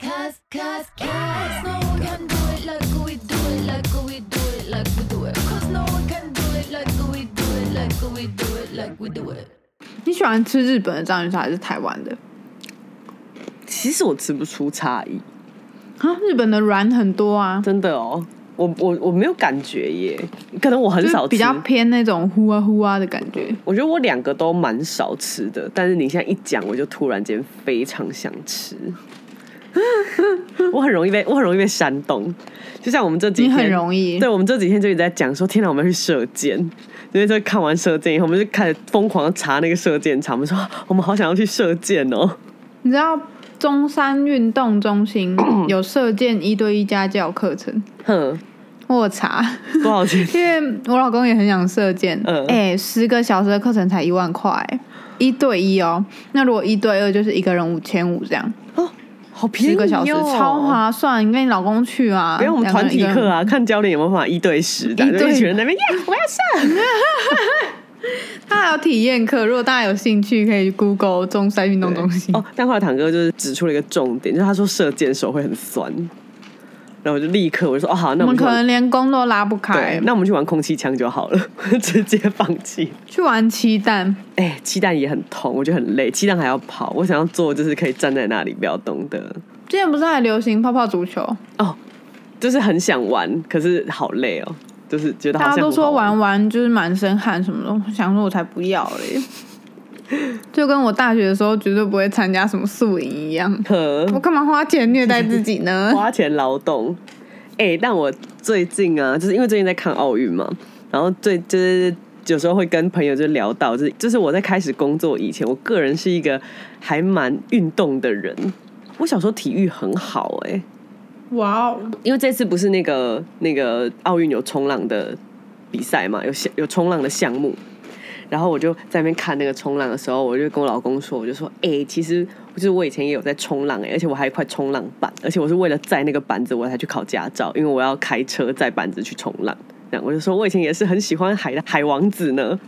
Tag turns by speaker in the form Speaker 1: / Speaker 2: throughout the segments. Speaker 1: Cause, cause no one can do it like we do it, like we do it, like we do it. Cause no one can do it like we do it, like we do it, like we do it.
Speaker 2: 你喜欢吃日本的章鱼烧还是台湾的？
Speaker 3: 其实我吃不出差异，
Speaker 2: 啊，日本的软很多啊，
Speaker 3: 真的哦，我我我没有感觉耶，可能我很少
Speaker 2: 就是
Speaker 3: 吃。
Speaker 2: 比较偏那种呼啊呼啊的感觉。
Speaker 3: 我觉得我两个都蛮少吃的，但是你现在一讲，我就突然间非常想吃。 我很容易被我很容易被煽动，就像我们这几
Speaker 2: 你
Speaker 3: 天，
Speaker 2: 很容易
Speaker 3: 对，我们这几天就一直在讲说，天哪，我们要去射箭。因为就看完射箭以后，我们就开始疯狂地查那个射箭场，我们说 我们好想要去射箭哦。
Speaker 2: 你知道中山运动中 心有射箭一对一家教课程，
Speaker 3: 哼，
Speaker 2: 我有 查，
Speaker 3: 多少钱？
Speaker 2: 因为我老公也很想射箭，哎、
Speaker 3: 嗯
Speaker 2: 十个小时的课程才一万块、一对一哦。那如果一对二，就是一个人五千五这样，
Speaker 3: 哦，好便宜、
Speaker 2: 十
Speaker 3: 哦，
Speaker 2: 个小时超。划算。你跟你老公去啊，
Speaker 3: 不用我们
Speaker 2: 两个
Speaker 3: 团
Speaker 2: 人
Speaker 3: 体
Speaker 2: 一个人
Speaker 3: 课啊，看教练有没有办法一对十的，
Speaker 2: 一对
Speaker 3: 就一群人在那边耶，我要 射。
Speaker 2: 他还有体验课，如果大家有兴趣，可以 Google 中山运动中心。
Speaker 3: 哦，但后来堂哥就是指出了一个重点，就是他说射箭手会很酸，然后我就立刻我就说哦好，那
Speaker 2: 我
Speaker 3: 我
Speaker 2: 们
Speaker 3: 们去
Speaker 2: 可
Speaker 3: 玩
Speaker 2: 能连弓都拉不
Speaker 3: 对
Speaker 2: 开，，
Speaker 3: 那我们去玩空气枪就好了， 直接放弃。
Speaker 2: 去玩七弹，
Speaker 3: 哎、气弹也很痛，我觉得很累，气弹还要跑，我想要做就是可以站在那里不要动的。
Speaker 2: 之前不是还流行泡泡足球，
Speaker 3: 哦，就是很想玩，可是好累哦，就是觉得好
Speaker 2: 大
Speaker 3: 像
Speaker 2: 家都说
Speaker 3: 很好
Speaker 2: 玩完就是满身汗什么的，我想说我才不要 嘞，就跟我大学的时候绝对不会参加什么宿营一 样，我
Speaker 3: 呵
Speaker 2: 干嘛花钱虐待自己 呢？
Speaker 3: 花钱劳动。哎、但我最近啊，就是因为最近在看奥运嘛，然后最就是有时候会跟朋友就聊到，就是就是我在开始工作以前，我个人是一个还蛮运动的人。我小时候体育很好哎、
Speaker 2: 哇哦，
Speaker 3: 因为这次不是那个那个奥运有冲浪的比赛嘛，有项有冲浪的项目，然后我就在那边看那个冲浪的时候，我就跟我老公说，我就说，哎、其实就是我以前也有在冲浪、哎，而且我还有一块冲浪板，而且我是为了载那个板子我才去考驾照，因为我要开车载板子去冲浪。这样我就说，我以前也是很喜欢海的海王子呢。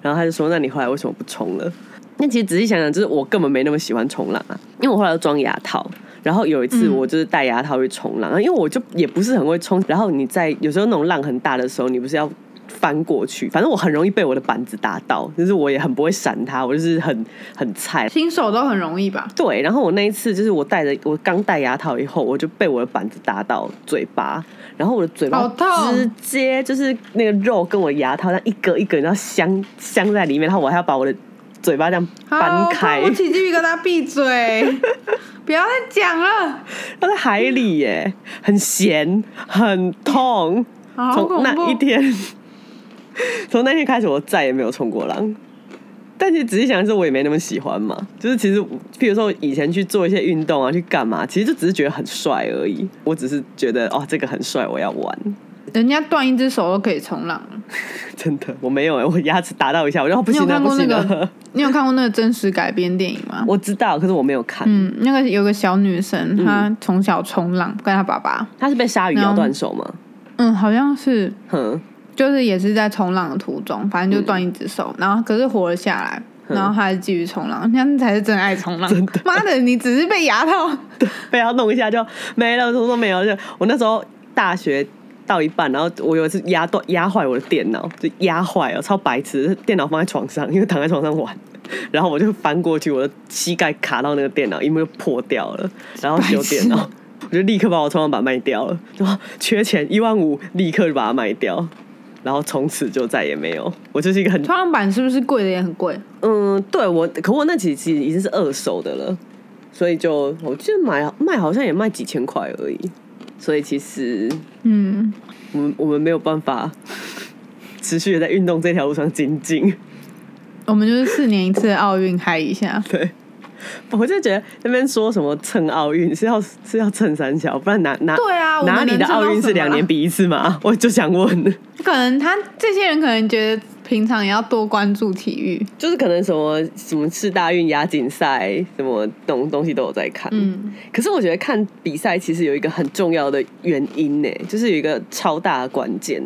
Speaker 3: 然后他就说，那你后来为什么不冲了？那其实仔细想想，就是我根本没那么喜欢冲浪啊，因为我后来都装牙套。然后有一次
Speaker 2: 嗯
Speaker 3: 我就是戴牙套去冲浪，因为我就也不是很会冲。然后你在有时候那种浪很大的时候，你不是要翻过去，反正我很容易被我的板子打到，就是我也很不会闪它，我就是很很菜。
Speaker 2: 新手都很容易吧？
Speaker 3: 对，然后我那一次就是我戴着我刚戴牙套以后，我就被我的板子打到嘴巴，然后我的嘴巴
Speaker 2: 好痛
Speaker 3: 直接就是那个肉跟我牙套这样一格一格，然后镶镶在里面，然后我还要把我的嘴巴这样
Speaker 2: 好
Speaker 3: 搬开，
Speaker 2: 我起鸡皮疙瘩，闭嘴！不要再讲了，
Speaker 3: 它在海里耶，很咸，很痛。
Speaker 2: 好
Speaker 3: 从
Speaker 2: 恐
Speaker 3: 那
Speaker 2: 怖
Speaker 3: 一！天， 从那天开始，我再也没有冲过浪。但是仔细想，是我也没那么喜欢嘛。就是其实，譬如说以前去做一些运动啊，去干嘛，其实就只是觉得很帅而已。我只是觉得哦，这个很帅，我要玩。
Speaker 2: 人家断一只手都可以冲浪了，
Speaker 3: 真的，我没有哎、我牙齿打到一下，我就、哦、不
Speaker 2: 你有
Speaker 3: 行了，
Speaker 2: 看
Speaker 3: 不
Speaker 2: 过那
Speaker 3: 行了
Speaker 2: 个。？你有看过那个真实改编电影吗？
Speaker 3: 我嗯知道，可是我没有看。
Speaker 2: 嗯，那个有个小女生，她从小冲浪，跟她爸爸，
Speaker 3: 他是被鲨鱼
Speaker 2: 然后
Speaker 3: 咬断手吗？
Speaker 2: 嗯，好像是
Speaker 3: 哼，
Speaker 2: 就是也是在冲浪的途中，反正就
Speaker 3: 嗯
Speaker 2: 断一只手，然后可是活了下来，然后她还是继续冲浪，那样才是真爱 冲浪。妈的，你只是被牙套，
Speaker 3: 被他弄一下就没了，什么都没有。就我那时候大学到一半，然后我有一次压断压坏我的电脑，就压坏了，超白痴。电脑放在床上，因为躺在床上玩，然 后我就翻过去，我的膝盖卡到那个电脑，因为就破掉了，然后修电
Speaker 2: 白
Speaker 3: 脑。我就立刻把我窗板卖掉了，哇，缺钱一万五，立刻就把它卖掉，然后从此就再也没有。我就是一个很
Speaker 2: 冲浪板是不是贵的也很贵？
Speaker 3: 嗯，对我，可我那几期已经是二手的了，所以就我记得买卖好像也卖几千块而已，所以其实
Speaker 2: 嗯，
Speaker 3: 我们我们没有办法 持续的在运动这条路上精进。
Speaker 2: 我们就是四年一次的奥运嗨一下，
Speaker 3: 对，我就觉得那边说什么蹭奥运是要是要蹭三小，不然哪哪
Speaker 2: 对啊我们
Speaker 3: 哪里
Speaker 2: 能
Speaker 3: 的
Speaker 2: 蹭
Speaker 3: 奥
Speaker 2: 到
Speaker 3: 运
Speaker 2: 什
Speaker 3: 是
Speaker 2: 么啊
Speaker 3: 两
Speaker 2: 啦
Speaker 3: 年比一次嘛？ 我就想问。
Speaker 2: 可能他这些人可能觉得平常也要多关注体育，
Speaker 3: 就是可能什么什么世大运、亚锦赛什么东东西都有在看，
Speaker 2: 嗯，
Speaker 3: 可是我觉得看比赛其实有一个很重要的原因呢，就是有一个超大的关键，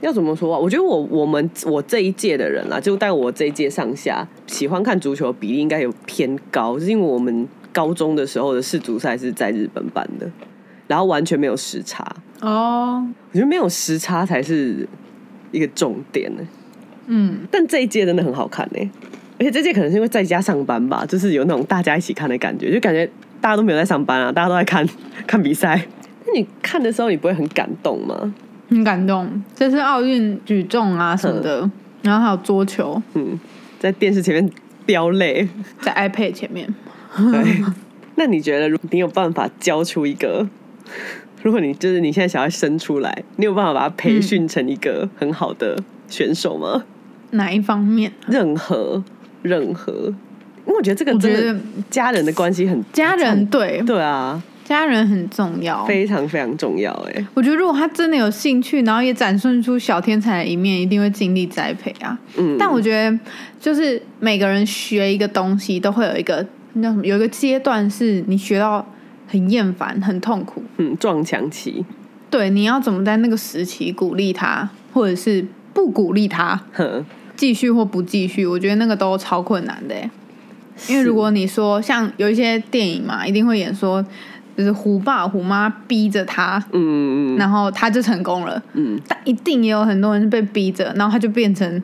Speaker 3: 要怎么说啊？我觉得我我们我这一届的啊人啦，就但我这一届上下喜欢看足球的比例应该有偏高，就是因为我们高中的时候的世足赛是在日本办的，然后完全没有时差。
Speaker 2: 哦，
Speaker 3: 我觉得没有时差才是一个重点呢。
Speaker 2: 嗯，
Speaker 3: 但这一届真的很好看呢、而且这届可能是因为在家上班吧，就是有那种大家一起看的感觉，就感觉大家都没有在上班啊，大家都在看 看比赛。那你看的时候，你不会很感动吗？
Speaker 2: 很感动。这是奥运举重啊什么的，然后还有桌球，
Speaker 3: 嗯，在电视前面飙 泪。
Speaker 2: 在 iPad 前面，
Speaker 3: 对，那你觉得，如你有办法教出一个？如果你就是你现在想要生出来，你有办法把它培训成一个很好的选手吗？
Speaker 2: 哪一方面？
Speaker 3: 任何任何，因为我觉得这个
Speaker 2: 我觉
Speaker 3: 真
Speaker 2: 得
Speaker 3: 的家人的关系很
Speaker 2: 家人对
Speaker 3: 对啊，
Speaker 2: 家人很重要。
Speaker 3: 非常非常重要哎、
Speaker 2: 我觉得如果他真的有兴趣，然后也展现出小天才的一面，一定会尽力栽培啊。
Speaker 3: 嗯，
Speaker 2: 但我觉得，就是每个人学一个东西，都会有一个那叫什么，有一个阶段是你学到很厌烦、很痛苦。
Speaker 3: 嗯撞墙期，
Speaker 2: 对，你要怎么在那个时期鼓励他，或者是不鼓励他
Speaker 3: 哼，
Speaker 2: 继续或不继续？我觉得那个都超困难的欸。因为如果你说像有一些电影嘛，一定会演说，就是虎爸虎妈逼着他，
Speaker 3: 嗯嗯
Speaker 2: 然后他就成功了。
Speaker 3: 嗯，
Speaker 2: 但一定也有很多人是被逼着，然后他就变成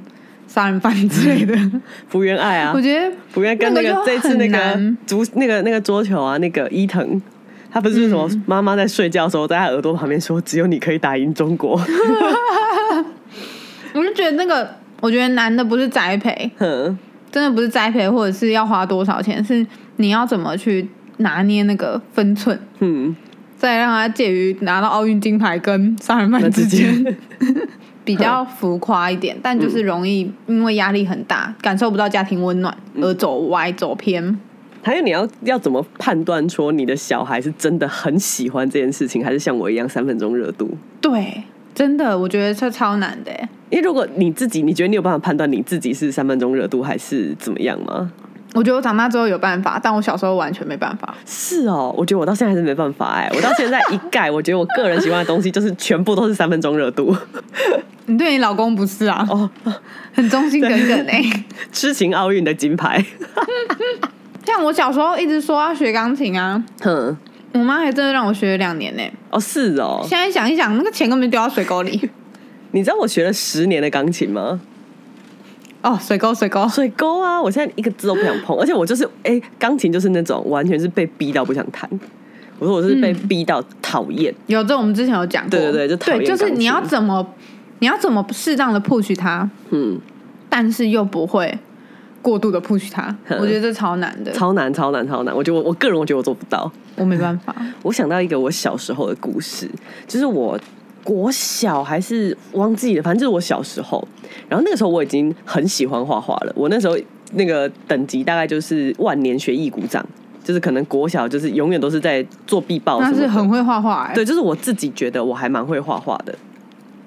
Speaker 2: 杀人犯之类的。
Speaker 3: 福原爱啊
Speaker 2: 我，觉得
Speaker 3: 福原跟那个
Speaker 2: 那个就
Speaker 3: 这次那
Speaker 2: 很
Speaker 3: 个
Speaker 2: 难
Speaker 3: 足那个那个桌球啊，那个伊藤。他不是什
Speaker 2: 嗯
Speaker 3: 么妈妈在睡觉的时候，在他耳朵旁边说：“只有你可以打赢中国。
Speaker 2: 我就觉得那个，我觉得难的不是栽 培，”
Speaker 3: 哼，
Speaker 2: 真的不是栽培，或者是要花多少钱，是你要怎么去拿捏那个分寸，
Speaker 3: 嗯，
Speaker 2: 再让他介于拿到奥运金牌跟杀人
Speaker 3: 那
Speaker 2: 犯
Speaker 3: 之
Speaker 2: 之间
Speaker 3: 间
Speaker 2: 比较浮夸一点，但
Speaker 3: 嗯
Speaker 2: 就是容易因为压力很大，感受不到家庭温暖而
Speaker 3: 嗯
Speaker 2: 走歪走偏。
Speaker 3: 还有你要要怎么判断说你的小孩是真的很喜欢这件事情，还是像我一样三分钟热度？
Speaker 2: 对，真的，我觉得这超难的欸。
Speaker 3: 因为如果你自己，你觉得你有办法判断你自己是三分钟热度还是怎么样吗？
Speaker 2: 我觉得我长大之后有办法，但我小时候完全没办法。
Speaker 3: 是哦，我觉得我到现在还是没办法哎、我到现在一 概，我觉得我个人喜欢的东西就是全部都是三分钟热度
Speaker 2: 你对你老公不是啊？
Speaker 3: 哦，
Speaker 2: 很忠心耿耿哎、
Speaker 3: 痴情奥运的金牌，
Speaker 2: 像我小时候一直说要学钢琴啊，
Speaker 3: 哼，
Speaker 2: 我妈还真的让我学了两年呢、欸
Speaker 3: 哦是哦，
Speaker 2: 现在想一想，那个钱根本就丢到水沟 里。
Speaker 3: 你知道我学了十年的钢琴吗？
Speaker 2: 哦，水沟，水沟。
Speaker 3: 水沟啊，我现在一个字都不想碰，而且我就是哎，钢、琴就是那种完全是被逼到不想弹。我说我是被逼到讨厌，
Speaker 2: 有这我们之前有讲过，
Speaker 3: 对对对就讨厌
Speaker 2: 对，就是
Speaker 3: 钢琴
Speaker 2: 你要怎么，你要怎么适当的 push 它，
Speaker 3: 嗯，
Speaker 2: 但是又不会过度的 push 它。
Speaker 3: 嗯
Speaker 2: 我觉得这超难的，
Speaker 3: 超难超难超难，我觉得我我个人我觉得我做不到。
Speaker 2: 我没办 法。
Speaker 3: 我想到一个我小时候的故事，就是我国小还是忘记了，反正就是我小时候。然后那个时候我已经很喜欢画画了，我那时候那个等级大概就是万年学艺鼓掌，就是可能国小就是永远都是在做壁报什
Speaker 2: 那
Speaker 3: 么的，
Speaker 2: 是很会画画哎、
Speaker 3: 对，就是我自己觉得我还蛮会画画的。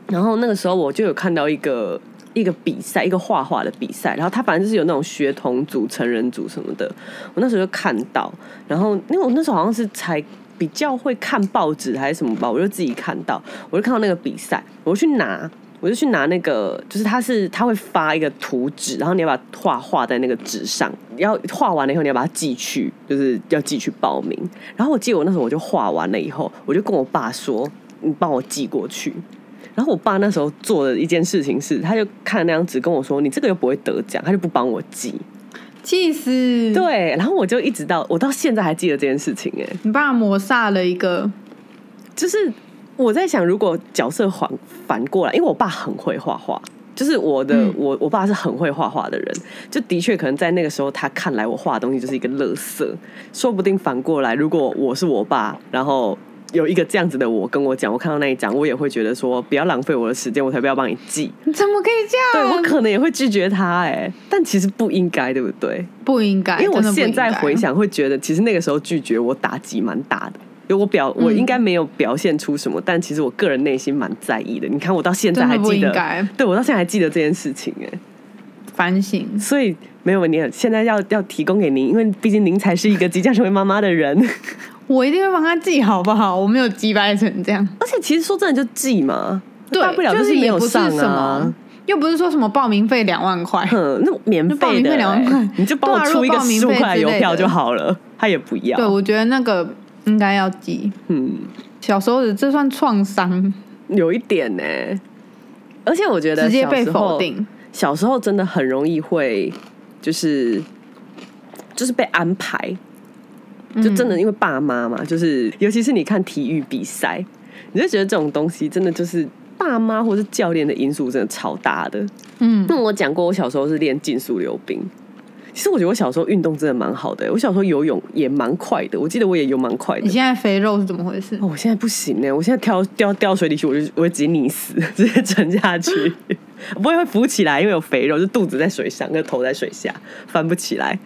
Speaker 3: 然后那个时候我就有看到一个一个比赛，一个画画的比赛，然后他反正就是有那种学童组、成人组什么的。我那时候就看到，然后因为我那时候好像是才比较会看报纸还是什么吧，我就自己看到，我就看到那个比赛，我就去拿。我就去拿那个，就是他是他会发一个图纸，然后你要把画画在那个纸上，要画完了以后你要把它寄去，就是要寄去报名。然后我记得我那时候我就画完了以后，我就跟我爸说：“你帮我寄过去。”然后我爸那时候做的一件事情是，他就看那张纸跟我说：“你这个又不会得奖。”他就不帮我寄。
Speaker 2: 气死！，
Speaker 3: 对，然后我就一直到我到现在还记得这件事情、哎，
Speaker 2: 你爸抹煞了一个，
Speaker 3: 就是我在想，如果角色反反过来，因为我爸很会画画，就是我的、
Speaker 2: 嗯
Speaker 3: 我我爸是很会画画的人，就的确可能在那个时候他看来我画的东西就是一个垃圾，说不定反过来，如果我是我爸，然后。有一个这样子的我跟我讲，我看到那一张，我也会觉得说不要浪费我的时间，我才不要帮你寄。
Speaker 2: 你怎么可以这
Speaker 3: 对
Speaker 2: 样？
Speaker 3: 我可能也会拒绝他哎、但其实不应该，对不对？
Speaker 2: 不应该，
Speaker 3: 因为我
Speaker 2: 真的不
Speaker 3: 现在
Speaker 2: 应该
Speaker 3: 回，想会觉得，其实那个时候拒绝我打击蛮大的。就我表，我
Speaker 2: 嗯
Speaker 3: 应该没有表现出什么，但其实我个人内心蛮在意的。你看，我到现在
Speaker 2: 真
Speaker 3: 还
Speaker 2: 的不
Speaker 3: 记
Speaker 2: 应
Speaker 3: 得，
Speaker 2: 该
Speaker 3: 对我到现在还记得这件事情哎、
Speaker 2: 反省。
Speaker 3: 所以没有你很现在要要提供给您，因为毕竟您才是一个即将成为妈妈的人。
Speaker 2: 我一定会帮他记好不好？我没有击败成这样，
Speaker 3: 而且其实说真的，就记嘛，
Speaker 2: 对，
Speaker 3: 大不了
Speaker 2: 就是
Speaker 3: 没
Speaker 2: 也
Speaker 3: 有
Speaker 2: 不是
Speaker 3: 上
Speaker 2: 什
Speaker 3: 啊
Speaker 2: 么。又不是说什么报名费两万 块，
Speaker 3: 哼，那免
Speaker 2: 那报
Speaker 3: 费
Speaker 2: 名
Speaker 3: 的
Speaker 2: 费
Speaker 3: 欸、
Speaker 2: 两万块
Speaker 3: 你就帮我
Speaker 2: 对啊如
Speaker 3: 出
Speaker 2: 果
Speaker 3: 一个
Speaker 2: 报名
Speaker 3: 十五
Speaker 2: 费
Speaker 3: 块
Speaker 2: 之
Speaker 3: 邮
Speaker 2: 类
Speaker 3: 票
Speaker 2: 的
Speaker 3: 就好了，他也不要。
Speaker 2: 对我觉得那个应该要记。
Speaker 3: 嗯，
Speaker 2: 小时候的这算创伤，
Speaker 3: 有一点呢、而且我觉得
Speaker 2: 直接
Speaker 3: 小
Speaker 2: 被
Speaker 3: 时候
Speaker 2: 否定。
Speaker 3: 小时候真的很容易会，就是就是被安排，
Speaker 2: 嗯
Speaker 3: 就真的因为爸妈嘛，就是尤其是你看体育比赛，你就觉得这种东西真的就是爸妈或是教练的因素真的超大的。
Speaker 2: 嗯，
Speaker 3: 那我讲过，我小时候是练竞速溜冰。其实我觉得我小时候运动真的蛮好的、我小时候游泳也蛮快的，我记得我也游蛮快的
Speaker 2: 你。现在肥肉是怎么回事
Speaker 3: 哦，？我现在不行呢、我现在跳掉掉水里去，我就我会直接溺死， 直接沉下去， 不会会浮起来，因为有肥肉，就肚子在水上，跟头在水下，翻不起来。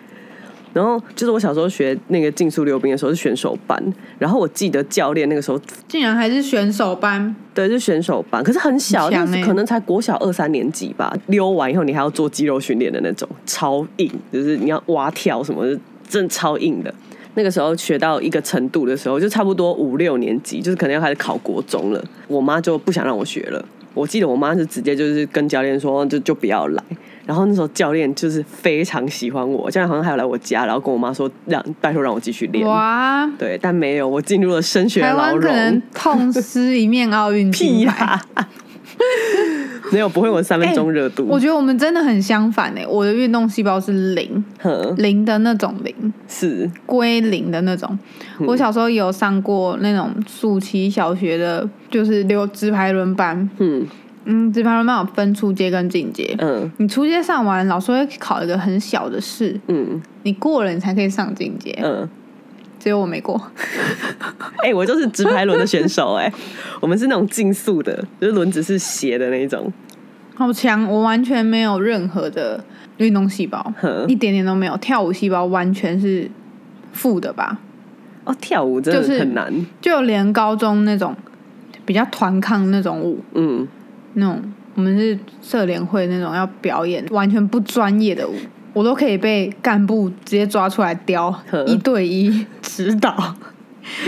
Speaker 3: 然后就是我小时候学那个竞速溜冰的时候是选手班，然后我记得教练那个时候
Speaker 2: 竟然还是选手班，
Speaker 3: 对是选手班，可是很小，
Speaker 2: 很强
Speaker 3: 但是
Speaker 2: 欸
Speaker 3: 可能才国小二三年级吧。溜完以后你还要做肌肉训练的那种，超硬，就是你要蛙跳什么的，真的超硬的。那个时候学到一个程度的时候，就差不多五六年级，就是可能要开始考国中了。我妈就不想让我学了。我记得我妈是直接就是跟教练说，就就不要来。然后那时候教练就是非常喜欢我，教练好像还有来我家，然后跟我妈说让拜托让我继续练。
Speaker 2: 哇！
Speaker 3: 对，但没有，我进入了升学
Speaker 2: 台
Speaker 3: 牢
Speaker 2: 湾可
Speaker 3: 笼。
Speaker 2: 能痛失一面奥运
Speaker 3: 屁
Speaker 2: 金
Speaker 3: 呀、
Speaker 2: 牌。
Speaker 3: 没有，不会有三分钟热度。
Speaker 2: 哎我觉得我们真的很相反哎、我的运动细胞是零
Speaker 3: 哼
Speaker 2: 零的那种零，
Speaker 3: 是
Speaker 2: 归零的那种。
Speaker 3: 嗯
Speaker 2: 我小时候也有上过那种暑期小学的，就是溜直排轮班。
Speaker 3: 嗯
Speaker 2: 嗯，直排轮班有分初阶跟进阶。
Speaker 3: 嗯
Speaker 2: 你初阶上完，老师会考一个很小的试，
Speaker 3: 嗯
Speaker 2: 你过了你才可以上进阶。
Speaker 3: 嗯，
Speaker 2: 只有我没过，
Speaker 3: 哎、我就是直排轮的选手哎、 我们是那种竞速的，就是轮子是斜的那一种。
Speaker 2: 好强！我完全没有任何的运动细胞
Speaker 3: 哼，
Speaker 2: 一点点都没有。跳舞细胞完全是负的吧？
Speaker 3: 哦，跳舞真
Speaker 2: 就
Speaker 3: 的
Speaker 2: 是
Speaker 3: 很难。
Speaker 2: 就连高中那种比较团抗那种舞，
Speaker 3: 嗯，
Speaker 2: 那种我们是社联会那种要表演完全不专业的舞，我都可以被干部直接抓出来雕
Speaker 3: 呵
Speaker 2: 一对一指导，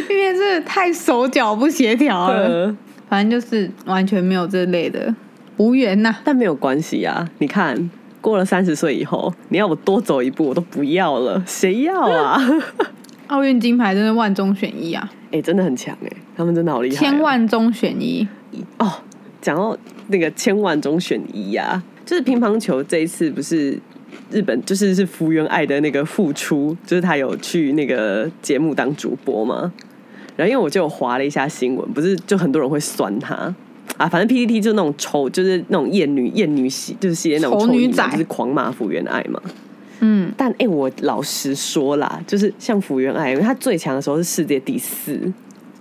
Speaker 2: 因为这太手脚不协调了。
Speaker 3: 呃
Speaker 2: 反正就是完全没有这类的，无缘呐、
Speaker 3: 但没有关系啊。你看，过了三十岁以后，你要我多走一步，我都不要了，谁要 啊？
Speaker 2: 奥运金牌真的万中选一啊，
Speaker 3: 哎、真的很强哎、他们真的好厉害哦、
Speaker 2: 千万中选一。
Speaker 3: 哦，讲到那个千万中选一呀、就是乒乓球这一次不是日本，就是是福原爱的那个复出，就是她有去那个节目当主播嘛。然后因为我就有划了一下新闻，不是就很多人会酸她啊，反正 PPT 就那种丑，就是那种艳女艳女系，就是系列那种
Speaker 2: 丑
Speaker 3: 丑
Speaker 2: 女
Speaker 3: 男
Speaker 2: 仔
Speaker 3: 就是狂骂福原爱嘛。
Speaker 2: 嗯，
Speaker 3: 但哎、欸我老实说啦，就是像福原爱，因为她最强的时候是世界第四。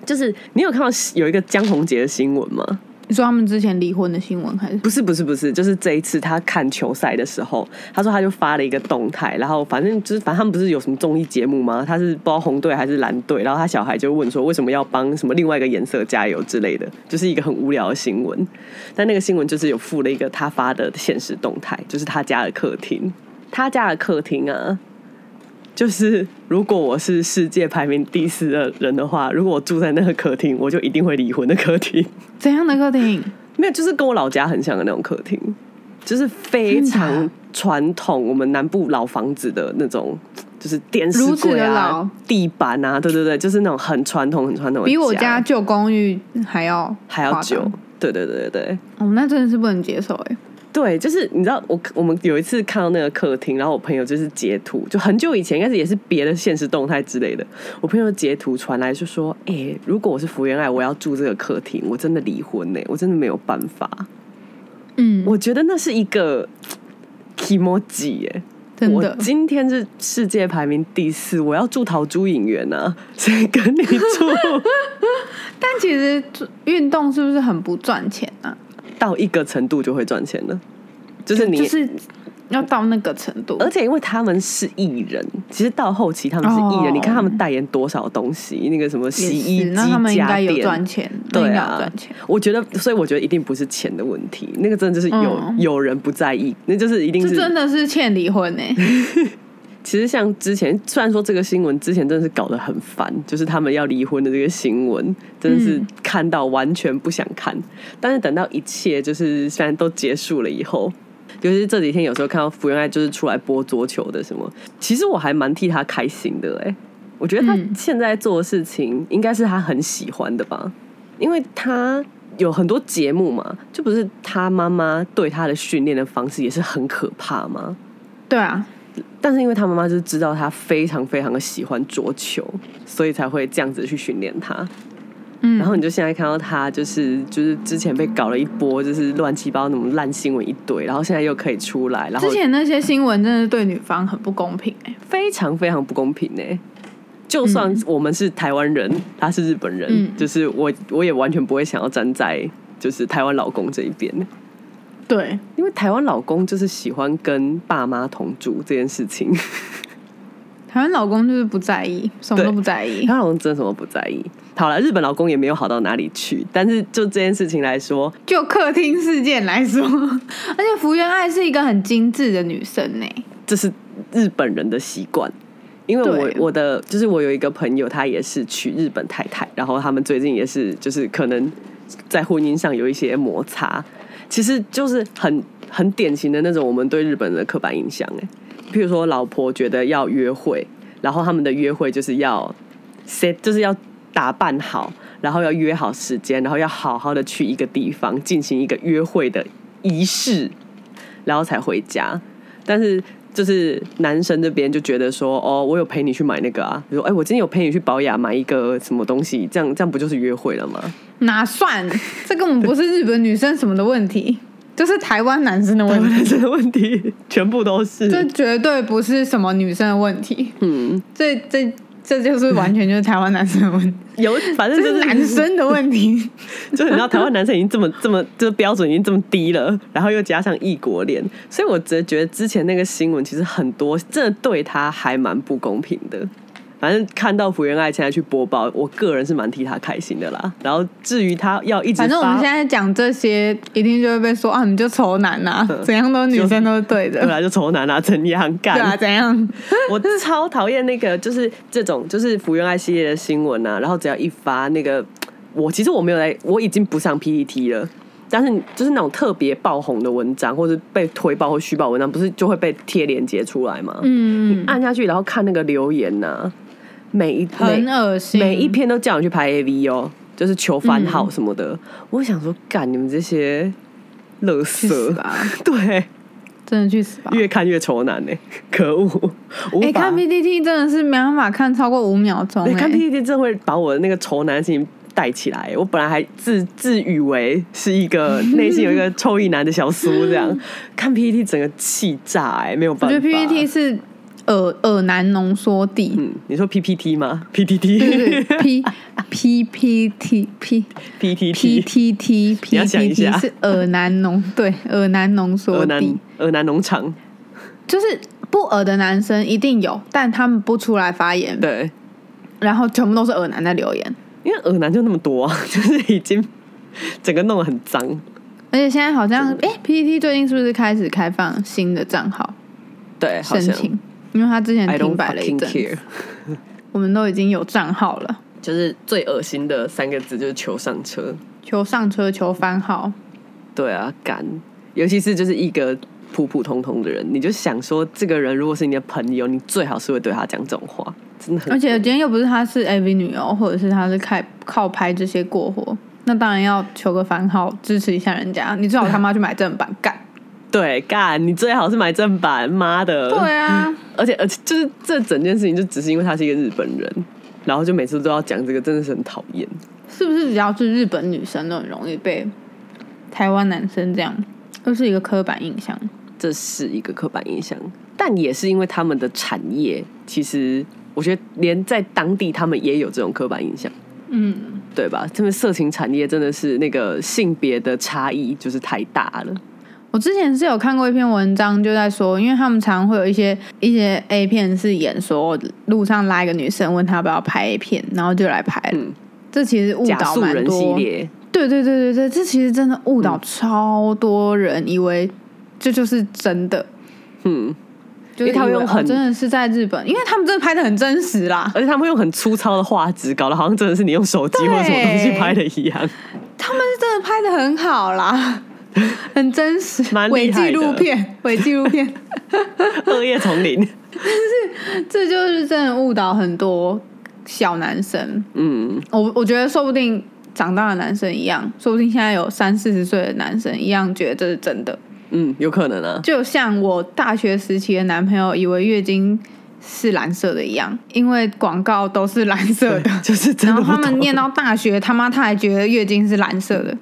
Speaker 3: 就是你有看到有一个江宏杰的新闻吗？
Speaker 2: 你说他们之前离婚的新闻还是？
Speaker 3: 不是不是不是，就是这一次他看球赛的时候，他说他就发了一个动态，然后反正就是反正他们不是有什么综艺节目吗？他是不知道红队还是蓝队，然后他小孩就问说为什么要帮什么另外一个颜色加油之类的，就是一个很无聊的新闻。但那个新闻就是有附了一个他发的现实动态，就是他家的客厅，他家的客厅啊。就是如果我是世界排名第四的人的话，如果我住在那个客厅，我就一定会离婚的客厅。
Speaker 2: 怎样的客厅？
Speaker 3: 没有，就是跟我老家很像的那种客厅，就是非
Speaker 2: 真
Speaker 3: 常
Speaker 2: 的啊
Speaker 3: 传统，我们南部老房子的那种，就是电视
Speaker 2: 如此
Speaker 3: 柜
Speaker 2: 的
Speaker 3: 啊
Speaker 2: 老、
Speaker 3: 地板啊，对对对，就是那种很传统、很传统的，
Speaker 2: 比我家旧公寓还要
Speaker 3: 还要
Speaker 2: 夸张
Speaker 3: 久。对对对对对。
Speaker 2: 哦，那真的是不能接受哎、
Speaker 3: 对，就是你知道我我们有一次看到那个客厅，然后我朋友就是截图，就很久以前，应该是也是别的现实动态之类的。我朋友截图传来就说：“哎、如果我是福原爱，我要住这个客厅，我真的离婚呢、我真的没有办法。”
Speaker 2: 嗯，
Speaker 3: 我觉得那是一个 emoji 耶、
Speaker 2: 真
Speaker 3: 我
Speaker 2: 的
Speaker 3: 今天是世界排名第四，我要住桃珠影园啊， 谁跟你住
Speaker 2: 但其实运动是不是很不赚钱啊？
Speaker 3: 到一个程度就会赚钱了，就是你，
Speaker 2: 就是要到那个程度，
Speaker 3: 而且因为他们是艺人，其实到后期他们是艺
Speaker 2: 哦
Speaker 3: 人，你看他们代言多少东西，那个什么
Speaker 2: 也
Speaker 3: 洗衣
Speaker 2: 是
Speaker 3: 机
Speaker 2: 那他们应
Speaker 3: 家
Speaker 2: 该有
Speaker 3: 电。
Speaker 2: 赚钱，那应
Speaker 3: 对
Speaker 2: 该有
Speaker 3: 啊
Speaker 2: 赚钱。，
Speaker 3: 我觉得，所以我觉得一定不是钱的问题，那个真的就是有、
Speaker 2: 嗯
Speaker 3: 有人不在意，那就是一定
Speaker 2: 这
Speaker 3: 是
Speaker 2: 真的是欠离婚哎、
Speaker 3: 其实像之前，虽然说这个新闻之前真的是搞得很烦，就是他们要离婚的这个新闻，真的是
Speaker 2: 嗯
Speaker 3: 看到完全不想看。但是等到一切就是虽然都结束了以后，尤其是这几天有时候看到福原爱就是出来播桌球的什么，其实我还蛮替她开心的哎、我觉得她
Speaker 2: 嗯
Speaker 3: 现在做的事情应该是她很喜欢的吧，因为她有很多节目嘛，就不是她妈妈对她的训练的方式也是很可怕吗？
Speaker 2: 对啊，
Speaker 3: 但是因为他妈妈就是知道他非常非常的喜欢桌球，所以才会这样子去训练他。
Speaker 2: 嗯，
Speaker 3: 然后你就现在看到他，就是就是之前被搞了一波，就是乱七八糟那种烂新闻一堆，然后现在又可以出来，然后
Speaker 2: 之前那些新闻真的是对女方很不公平哎、
Speaker 3: 非常非常不公平呢、欸就算我们是台湾人，他是日本人，
Speaker 2: 嗯
Speaker 3: 就是我我也完全不会想要站在就是台湾老公这一边，
Speaker 2: 对，
Speaker 3: 因为台湾老公就是喜欢跟爸妈同住这件事情。
Speaker 2: 台湾老公就是不在意，什么都不在意。
Speaker 3: 她老公真的什么不在意。好了，日本老公也没有好到哪里去，但是就这件事情来说，
Speaker 2: 就客厅事件来说， 而且福原爱是一个很精致的女生呢、
Speaker 3: 这是日本人的习惯。因为我
Speaker 2: 对
Speaker 3: 我的就是我有一个朋友，他也是娶日本太太，然后他们最近也是就是可能在婚姻上有一些摩擦，其实就是很很典型的那种我们对日本人的刻板印象哎，譬如说老婆觉得要约会，然后他们的约会就是要 set 就是要打扮好，然后要约好时间，然后要好好的去一个地方进行一个约会的仪式，然后才回家。但是就是男生这边就觉得说，哦，我有陪你去买那个啊，比如说，哎、我今天有陪你去保养买一个什么东西，这样这样不就是约会了吗？
Speaker 2: 哪算？这根本不是日本女生什么的问题，这是台湾男生的
Speaker 3: 台
Speaker 2: 问
Speaker 3: 湾
Speaker 2: 题，
Speaker 3: 男生的问题全部都
Speaker 2: 这
Speaker 3: 是，
Speaker 2: 绝对不是什么女生的问题，
Speaker 3: 嗯，
Speaker 2: 这这这就是完全就是台湾男生的问 题，
Speaker 3: 有反正
Speaker 2: 这
Speaker 3: 就是
Speaker 2: 男生的问题。
Speaker 3: 就是你知道台湾男生已经这么这么就是标准已经这么低了，然后又加上异国恋，所以我只觉得之前那个新闻其实很多真的对他还蛮不公平的。反正看到福原爱现在去播报，我个人是蛮替他开心的啦。然后至于他要一直发，
Speaker 2: 反正我们现在讲这些，一定就会被说啊，你就丑男 呐、
Speaker 3: 嗯
Speaker 2: 怎样都女生都是对的，
Speaker 3: 对啊，就丑男啊，怎样干？
Speaker 2: 对啊，怎样？
Speaker 3: 我超讨厌那个，就是这种，就是福原爱系列的新闻啊，然后只要一发那个，我其实我没有来，我已经不上 PPT 了。但是就是那种特别爆红的文章，或者被推爆或虚报文章，不是就会被贴链接出来吗？
Speaker 2: 嗯，
Speaker 3: 按下去，然后看那个留言呐、每一每
Speaker 2: 很恶心，嗯
Speaker 3: 每一篇都叫你去拍 AV 哦，就是求番号什么的。我想说，干你们这些乐
Speaker 2: 去死
Speaker 3: 色，
Speaker 2: 吧，
Speaker 3: 对，
Speaker 2: 真的去死吧！
Speaker 3: 越看越愁男呢、 可恶！无
Speaker 2: 哎、
Speaker 3: 法
Speaker 2: 看 PPT 真的是没办法看超过五秒钟、
Speaker 3: 对，看
Speaker 2: 哎
Speaker 3: PPT 真的会把我的那个仇男心带起来。我本来还自自以为是一 个内心有一个臭意男的小苏这样，看 PPT 整个气炸哎、没有
Speaker 2: 我
Speaker 3: 办
Speaker 2: 觉
Speaker 3: 法。
Speaker 2: 得 PPT 是耳耳难浓缩地，
Speaker 3: 嗯，你说 PPT 吗
Speaker 2: 对
Speaker 3: ？PTT
Speaker 2: 对对 P P P T P P
Speaker 3: PTT
Speaker 2: T T
Speaker 3: 你
Speaker 2: P
Speaker 3: 要想一
Speaker 2: T T
Speaker 3: 下
Speaker 2: 是耳难浓 对耳难浓缩
Speaker 3: 俄南
Speaker 2: 地，
Speaker 3: 俄南农场
Speaker 2: 就是不耳的男生一定有，但他们不出来发言，
Speaker 3: 对，
Speaker 2: 然后全部都是耳男在留言，
Speaker 3: 因为俄南就那么多、啊， 就是已经整个弄得很脏。
Speaker 2: 而且现在好像哎、P P T 最近是不是开始开放新的账号
Speaker 3: 对，好
Speaker 2: 申
Speaker 3: 像
Speaker 2: 请？因为他之前
Speaker 3: I don't
Speaker 2: 停摆了一
Speaker 3: fucking
Speaker 2: 阵子，
Speaker 3: care。
Speaker 2: 我们都已经有账号了。
Speaker 3: 就是最恶心的三个字就是求上车。
Speaker 2: 求上车，求番号，
Speaker 3: 对啊，敢，尤其是就是一个普普通通的人，你就想说，这个人如果是你的朋友，你最好是会对他讲这种话，真的
Speaker 2: 而
Speaker 3: 很。
Speaker 2: 且今天又不是她是 AV 女优，或者是她是开靠拍这些过活，那当然要求个番号支持一下人家。你最好他妈去买正版 干。
Speaker 3: 对，干，你最好是买正版，妈的。
Speaker 2: 对啊，
Speaker 3: 而且而且就是这整件事情，就只是因为他是一个日本人，然后就每次都要讲这个，真的是很讨厌。
Speaker 2: 是不是只要是日本女生都很容易被台湾男生这样，又是一个刻板印象？
Speaker 3: 这是一个刻板印象，但也是因为他们的产业，其实我觉得连在当地他们也有这种刻板印象。
Speaker 2: 嗯，
Speaker 3: 对吧？这个色情产业真的是那个性别的差异就是太大了。
Speaker 2: 我之前是有看过一篇文章，就在说，因为他们常会有一些一些 A 片是演说路上拉一个女生，问她要不要拍 A 片，然后就来拍了。
Speaker 3: 嗯
Speaker 2: 这其实误
Speaker 3: 假
Speaker 2: 导
Speaker 3: 素
Speaker 2: 蛮
Speaker 3: 人系
Speaker 2: 多
Speaker 3: 列，
Speaker 2: 对对对对对，这其实真的
Speaker 3: 嗯
Speaker 2: 误导超多人，以为这就是真的。
Speaker 3: 嗯，
Speaker 2: 就是
Speaker 3: 因为他会
Speaker 2: 以为
Speaker 3: 用很
Speaker 2: 哦真的是在日本，因为他们真的拍的很真实 啦。
Speaker 3: 而且他们会用很粗糙的画质，搞得好像真的是你用手机
Speaker 2: 对
Speaker 3: 或者什么东西拍的一样。
Speaker 2: 他们是真的拍的很好 啦，很真实，
Speaker 3: 蛮
Speaker 2: 伪
Speaker 3: 厉害的
Speaker 2: 纪录 片，伪纪录片，
Speaker 3: 恶夜丛林，
Speaker 2: 这就是真的误导很多小男生。
Speaker 3: 嗯，
Speaker 2: 我我觉得说不定长大的男生一样，说不定现在有三四十岁的男生一样觉得这是真的。
Speaker 3: 嗯，有可能啊。
Speaker 2: 就像我大学时期的男朋友以为月经是蓝色的一样，因为广告都是蓝色的。
Speaker 3: 就是 真
Speaker 2: 然
Speaker 3: 的
Speaker 2: 后
Speaker 3: 不懂。
Speaker 2: 他们念到大学，他妈他还觉得月经是蓝色
Speaker 3: 啊
Speaker 2: 的。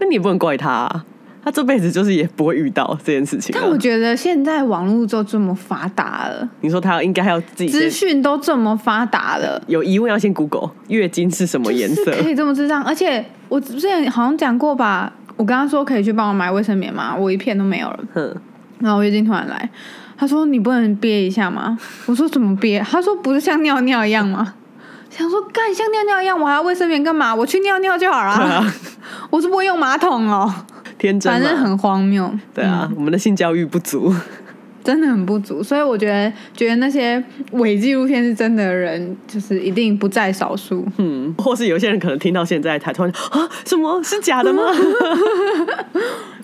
Speaker 3: 那你也不能怪他、啊，他这辈子就是也不会遇到这件事情、啊。
Speaker 2: 但我觉得现在网络都这么发达了，
Speaker 3: 你说他应该还要自己
Speaker 2: 资
Speaker 3: 先
Speaker 2: 讯都这么发达了，
Speaker 3: 有疑问要先 Google 月经是什么颜
Speaker 2: 就是
Speaker 3: 色，
Speaker 2: 可以这么智障。而且我之前好像讲过吧，我跟他说可以去帮我买卫生棉嘛，我一片都没有了。
Speaker 3: 哼，
Speaker 2: 然后我月经突然来，他说你不能憋一下吗？我说怎么憋？他说不是像尿尿一样吗？想说干像尿尿一样，我还要卫生棉干嘛？我去尿尿就好了、
Speaker 3: 对啊，
Speaker 2: 我是不会用马桶哦，
Speaker 3: 天真、啊，
Speaker 2: 反正很嗯荒谬。
Speaker 3: 对啊、我们的性教育不足，
Speaker 2: 真的很不足，所以我觉得觉得那些伪纪录片是真的人，就是一定不在少数。
Speaker 3: 嗯，或是有些人可能听到现在才突然啊，什么是假 的吗？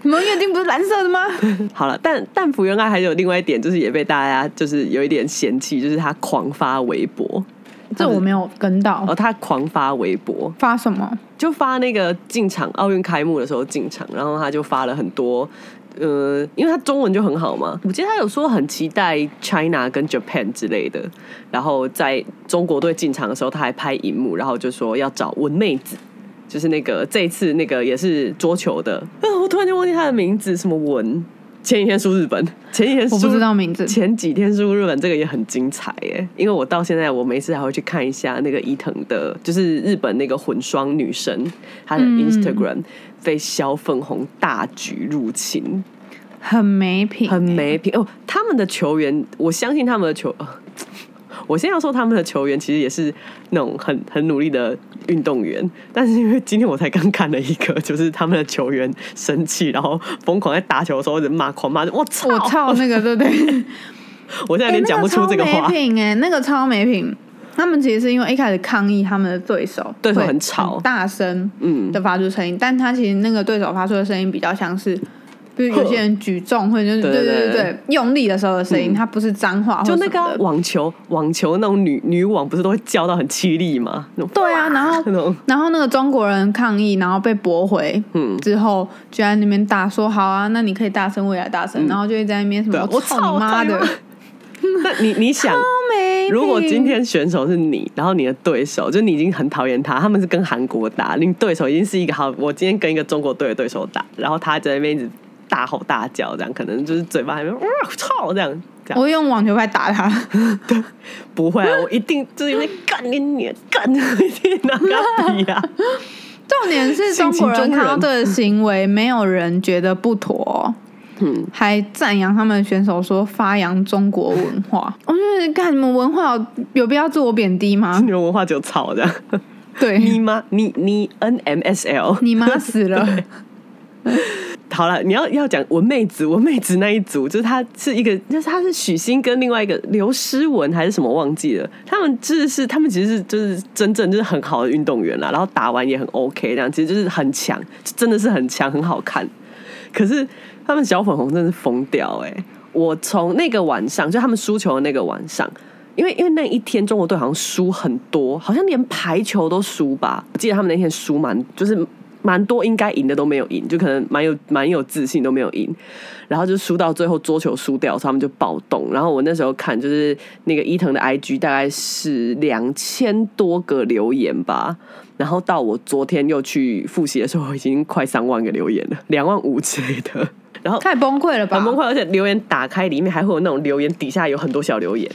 Speaker 2: 你们月经不是蓝色的 吗？
Speaker 3: 好了，但但福原爱还有另外一点，就是也被大家就是有一点嫌弃，就是他狂发微博，
Speaker 2: 这我没有跟到
Speaker 3: 哦，。他狂发微博，
Speaker 2: 发什么？
Speaker 3: 就发那个进场奥运开幕的时候进场，然后他就发了很多，呃，因为他中文就很好嘛，我记得他有说很期待 China 跟 Japan 之类的，然后在中国队进场的时候，他还拍荧幕，然后就说要找文妹子。就是那个这一次那个也是桌球的，啊，我突然就忘记他的名字，什么文。前几天输日本，前几天输
Speaker 2: 我不知道名字
Speaker 3: 前几天输日本这个也很精彩耶，因为我到现在我每次还会去看一下那个伊藤的，就是日本那个混双女神，她的
Speaker 2: 嗯
Speaker 3: Instagram 被小粉红大举入侵，
Speaker 2: 很没品，
Speaker 3: 很。没品哦。他们的球员，我相信他们的球， 呃我先要说他们的球员其实也是那种很很努力的运动员，但是因为今天我才刚看了一个，就是他们的球员生气，然后疯狂在打球的时候人骂狂骂，我操！
Speaker 2: 我操，那个对不对？
Speaker 3: 我现在
Speaker 2: 哎
Speaker 3: 有点讲不出这
Speaker 2: 那
Speaker 3: 话
Speaker 2: 超。没品哎、那个超没品。他们其实是因为一开始抗议他们的对手，
Speaker 3: 对手
Speaker 2: 会
Speaker 3: 很吵
Speaker 2: 大声
Speaker 3: 嗯
Speaker 2: 的发出声音，但他其实那个对手发出的声音比较像是，比如有些人举重或者就是
Speaker 3: 对
Speaker 2: 对对
Speaker 3: 对对嗯
Speaker 2: 对对用力的时候的声音，它不是脏话或
Speaker 3: 就
Speaker 2: 哦什么
Speaker 3: 那
Speaker 2: 的，
Speaker 3: 个啊网球，网球那种女女网不是都会叫到很凄厉吗？那种
Speaker 2: 对啊，然后
Speaker 3: 那种
Speaker 2: 然后那个中国人抗议，然后被驳回，
Speaker 3: 嗯
Speaker 2: 之后就在那边大说好啊，那你可以大声，我也来大声，然后就会在那边什
Speaker 3: 嗯对
Speaker 2: 么
Speaker 3: 啊，我
Speaker 2: 操
Speaker 3: 操
Speaker 2: 你妈的，
Speaker 3: 他
Speaker 2: 超
Speaker 3: 那你 你想，
Speaker 2: 没品
Speaker 3: 如果今天选手是你，然后你的对手就你已经很讨厌他，他们是跟韩国打，你对手已经是一个好，我今天跟一个中国队的对手打，然后他在那边一直大吼大叫，这样可能就是嘴巴还没哇呃操这样。这样
Speaker 2: 我用网球拍打他，
Speaker 3: 不会啊，我一定就是因为干你你干，一定拿跟他比 啊！
Speaker 2: 重点是中国人看到这个行为，没有人觉得不妥哦、
Speaker 3: 嗯
Speaker 2: 还赞扬他们的选手说发扬中国文化。 我就是看你们文化有有必要自我贬低吗
Speaker 3: 你？们文化只有操这样，你
Speaker 2: 对，
Speaker 3: 吗？你你 N M S L，
Speaker 2: 你妈死 了！
Speaker 3: 好了，你要要讲文妹子，文妹子那一组，就是她是一个，就是她是许昕跟另外一个刘诗雯还是什么忘记了，他们就是是他们其实是就是真正就是很好的运动员啦，然后打完也很 OK，这样其实就是很强，真的是很强，很好看。 可是他们小粉红真是疯掉哎、我从那个晚上，就他们输球的那个晚上，因为因为那一天中国队好像输很多，好像连排球都输吧。我记得他们那天输蛮就是蛮多，应该赢的都没有赢，就可能蛮有蛮有自信都没有赢，然后就输到最后桌球输掉的时候，他们就暴动。然后我那时候看就是那个伊藤的 IG 大概是两千多个留言吧。然后到我昨天又去复习的时候，已经快三万个留言了，两万五之类的。然后
Speaker 2: 太崩溃了吧？
Speaker 3: 很崩溃，而且留言打开里面还会有那种留言底下有很多小留言。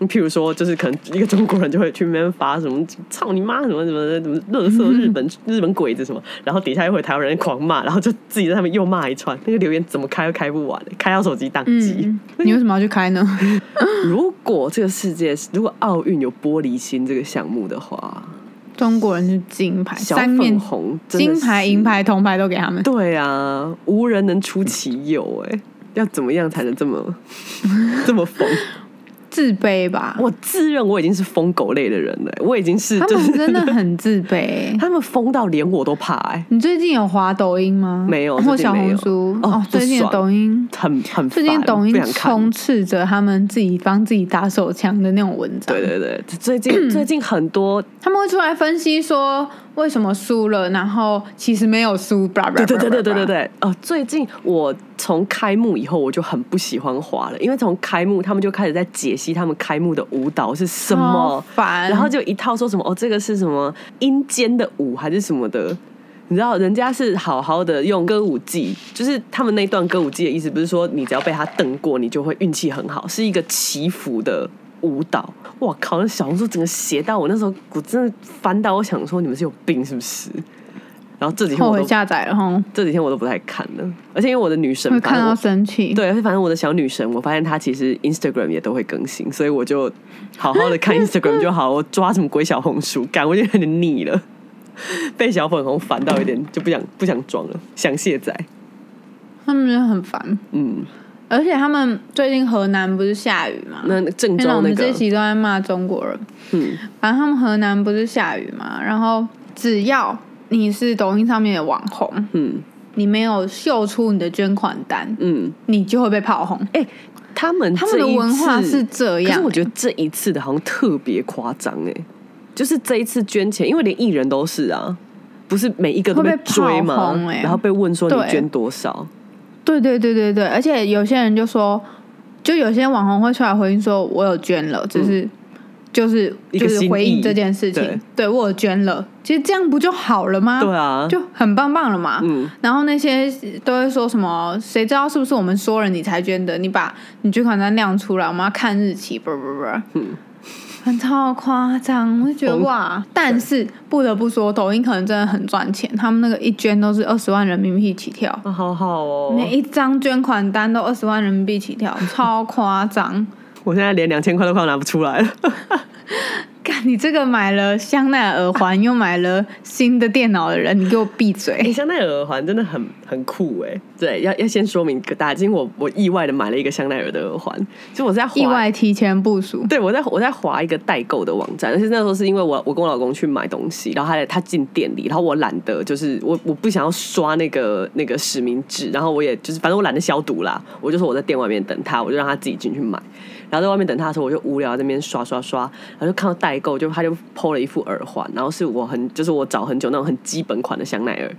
Speaker 3: 你譬如说，就是可能一个中国人就会去那边发什么“操你妈”什么什么的什么“乐色日本日本鬼子”什么，然后底下又会有台湾人狂骂，然后就自己在上面又骂一串，那个留言怎么开都开不完，开到手机宕机。
Speaker 2: 嗯，你为什么要去开呢？
Speaker 3: 如果这个世界，如果奥运有玻璃心这个项目的话，
Speaker 2: 中国人是金牌，
Speaker 3: 小
Speaker 2: 三面
Speaker 3: 粉红真的
Speaker 2: 金牌、
Speaker 3: 是
Speaker 2: 银，牌、铜牌都给他们。
Speaker 3: 对啊，无人能出其右哎、要怎么样才能这么这么疯？
Speaker 2: 自卑吧。
Speaker 3: 我自认我已经是疯狗类的人了、我已经是
Speaker 2: 他
Speaker 3: 就
Speaker 2: 们
Speaker 3: 是
Speaker 2: 真的很自卑、
Speaker 3: 他们疯到连我都怕哎、
Speaker 2: 你最近有滑抖音吗？
Speaker 3: 没有
Speaker 2: 或
Speaker 3: 最近
Speaker 2: 小
Speaker 3: 没
Speaker 2: 红
Speaker 3: 有
Speaker 2: 书
Speaker 3: 哦不
Speaker 2: 最近的
Speaker 3: 爽
Speaker 2: 抖音，
Speaker 3: 很很
Speaker 2: 最近
Speaker 3: 烦
Speaker 2: 抖
Speaker 3: 不
Speaker 2: 音
Speaker 3: 想看
Speaker 2: 充斥着他们自己帮自己打手枪的那种文章。
Speaker 3: 对对对，最近最近很多
Speaker 2: 他们会出来分析说为什么输了，然后其实没有输，叭叭叭叭
Speaker 3: 对
Speaker 2: 叭。
Speaker 3: 对对对对对对，呃，最近我从开幕以后我就很不喜欢滑了，因为从开幕他们就开始在解析他们开幕的舞蹈是什
Speaker 2: 好
Speaker 3: 么，
Speaker 2: 烦。
Speaker 3: 然后就一套说什么哦，这个是什么阴间的舞还是什么的。你知道人家是好好的用歌舞伎，就是他们那段歌舞伎的意思，不是说你只要被他瞪过，你就会运气很好，是一个祈福的舞蹈。哇靠！那小红书整个斜到我那时候，我真的翻到，我想说你们是有病是不是？然后这几天
Speaker 2: 后
Speaker 3: 我
Speaker 2: 悔
Speaker 3: 都
Speaker 2: 下载了吼，
Speaker 3: 这几天我都不太看了，而且因为我的女神
Speaker 2: 会
Speaker 3: 反
Speaker 2: 看
Speaker 3: 正
Speaker 2: 到
Speaker 3: 我
Speaker 2: 生气。，
Speaker 3: 对，反正我的小女神，我发现她其实 Instagram 也都会更新，所以我就好好的看 Instagram 就好，我抓什么鬼小红书干，我就有点腻了，被小粉红烦到有点就不想不想装了，想卸载。
Speaker 2: 他们真的很烦。
Speaker 3: 嗯，
Speaker 2: 而且他们最近河南不是下雨嘛？
Speaker 3: 嗯那郑
Speaker 2: 天哪，
Speaker 3: 州
Speaker 2: 哎我
Speaker 3: 那
Speaker 2: 们这
Speaker 3: 个
Speaker 2: 一，集都在骂中国人。
Speaker 3: 嗯，
Speaker 2: 反正他们河南不是下雨嘛，然后只要你是抖音上面的网红，
Speaker 3: 嗯
Speaker 2: 你没有秀出你的捐款单，
Speaker 3: 嗯，
Speaker 2: 你就会被炮轰。
Speaker 3: 他们
Speaker 2: 他们的
Speaker 3: 这一
Speaker 2: 文化
Speaker 3: 次
Speaker 2: 是这
Speaker 3: 可
Speaker 2: 样欸
Speaker 3: 是，我觉得这一次的好像特别夸张哎，就是这一次捐钱，因为连艺人都是啊，不是每一个都
Speaker 2: 会被
Speaker 3: 追
Speaker 2: 炮
Speaker 3: 嘛
Speaker 2: 轰，欸
Speaker 3: 然后被问说
Speaker 2: 对
Speaker 3: 你捐多少，
Speaker 2: 对对对对对，而且有些人就说，就有些网红会出来回应说，我有捐了，只是、就是
Speaker 3: 一
Speaker 2: 就
Speaker 3: 个
Speaker 2: 是
Speaker 3: 心
Speaker 2: 回应
Speaker 3: 意
Speaker 2: 这件事情，对
Speaker 3: 对
Speaker 2: 我有捐了，其实这样不就好了吗？
Speaker 3: 对啊，
Speaker 2: 就很棒棒了嘛。
Speaker 3: 嗯。
Speaker 2: 然后那些都会说什么，谁知道是不是我们说了你才捐的？你把你捐款单亮出来，我们要看日期，不不不，
Speaker 3: 嗯
Speaker 2: 很超夸张，我就觉得
Speaker 3: 疯
Speaker 2: 哇！但是不得不说，抖音可能真的很赚钱，他们那个一捐都是二十万人民币起跳。
Speaker 3: 啊，好好哦！
Speaker 2: 每一张捐款单都二十万人民币起跳，超夸张！
Speaker 3: 我现在连两千块都快要拿不出 来了。
Speaker 2: 看你这个买了香奈儿耳环，又买了新的电脑的人，你给我闭
Speaker 3: 哎、
Speaker 2: 嘴！
Speaker 3: 香奈儿耳环真的很很酷哎、对，要要先说明给大家，因为我我意外的买了一个香奈儿的耳环，就我在滑
Speaker 2: 意外提前部署，
Speaker 3: 对，我在我在划一个代购的网站，而且那时候是因为我我跟我老公去买东西，然后他他进店里，然后我懒得就是我我不想要刷那个那个实名制，然后我也就是反正我懒得消毒啦，我就说我在店外面等他，我就让他自己进去买。然后在外面等他的时候，我就无聊在那边刷刷刷，然后就看到代购，就他就抛了一副耳环，然后是我很就是我找很久那种很基本款的香奈儿，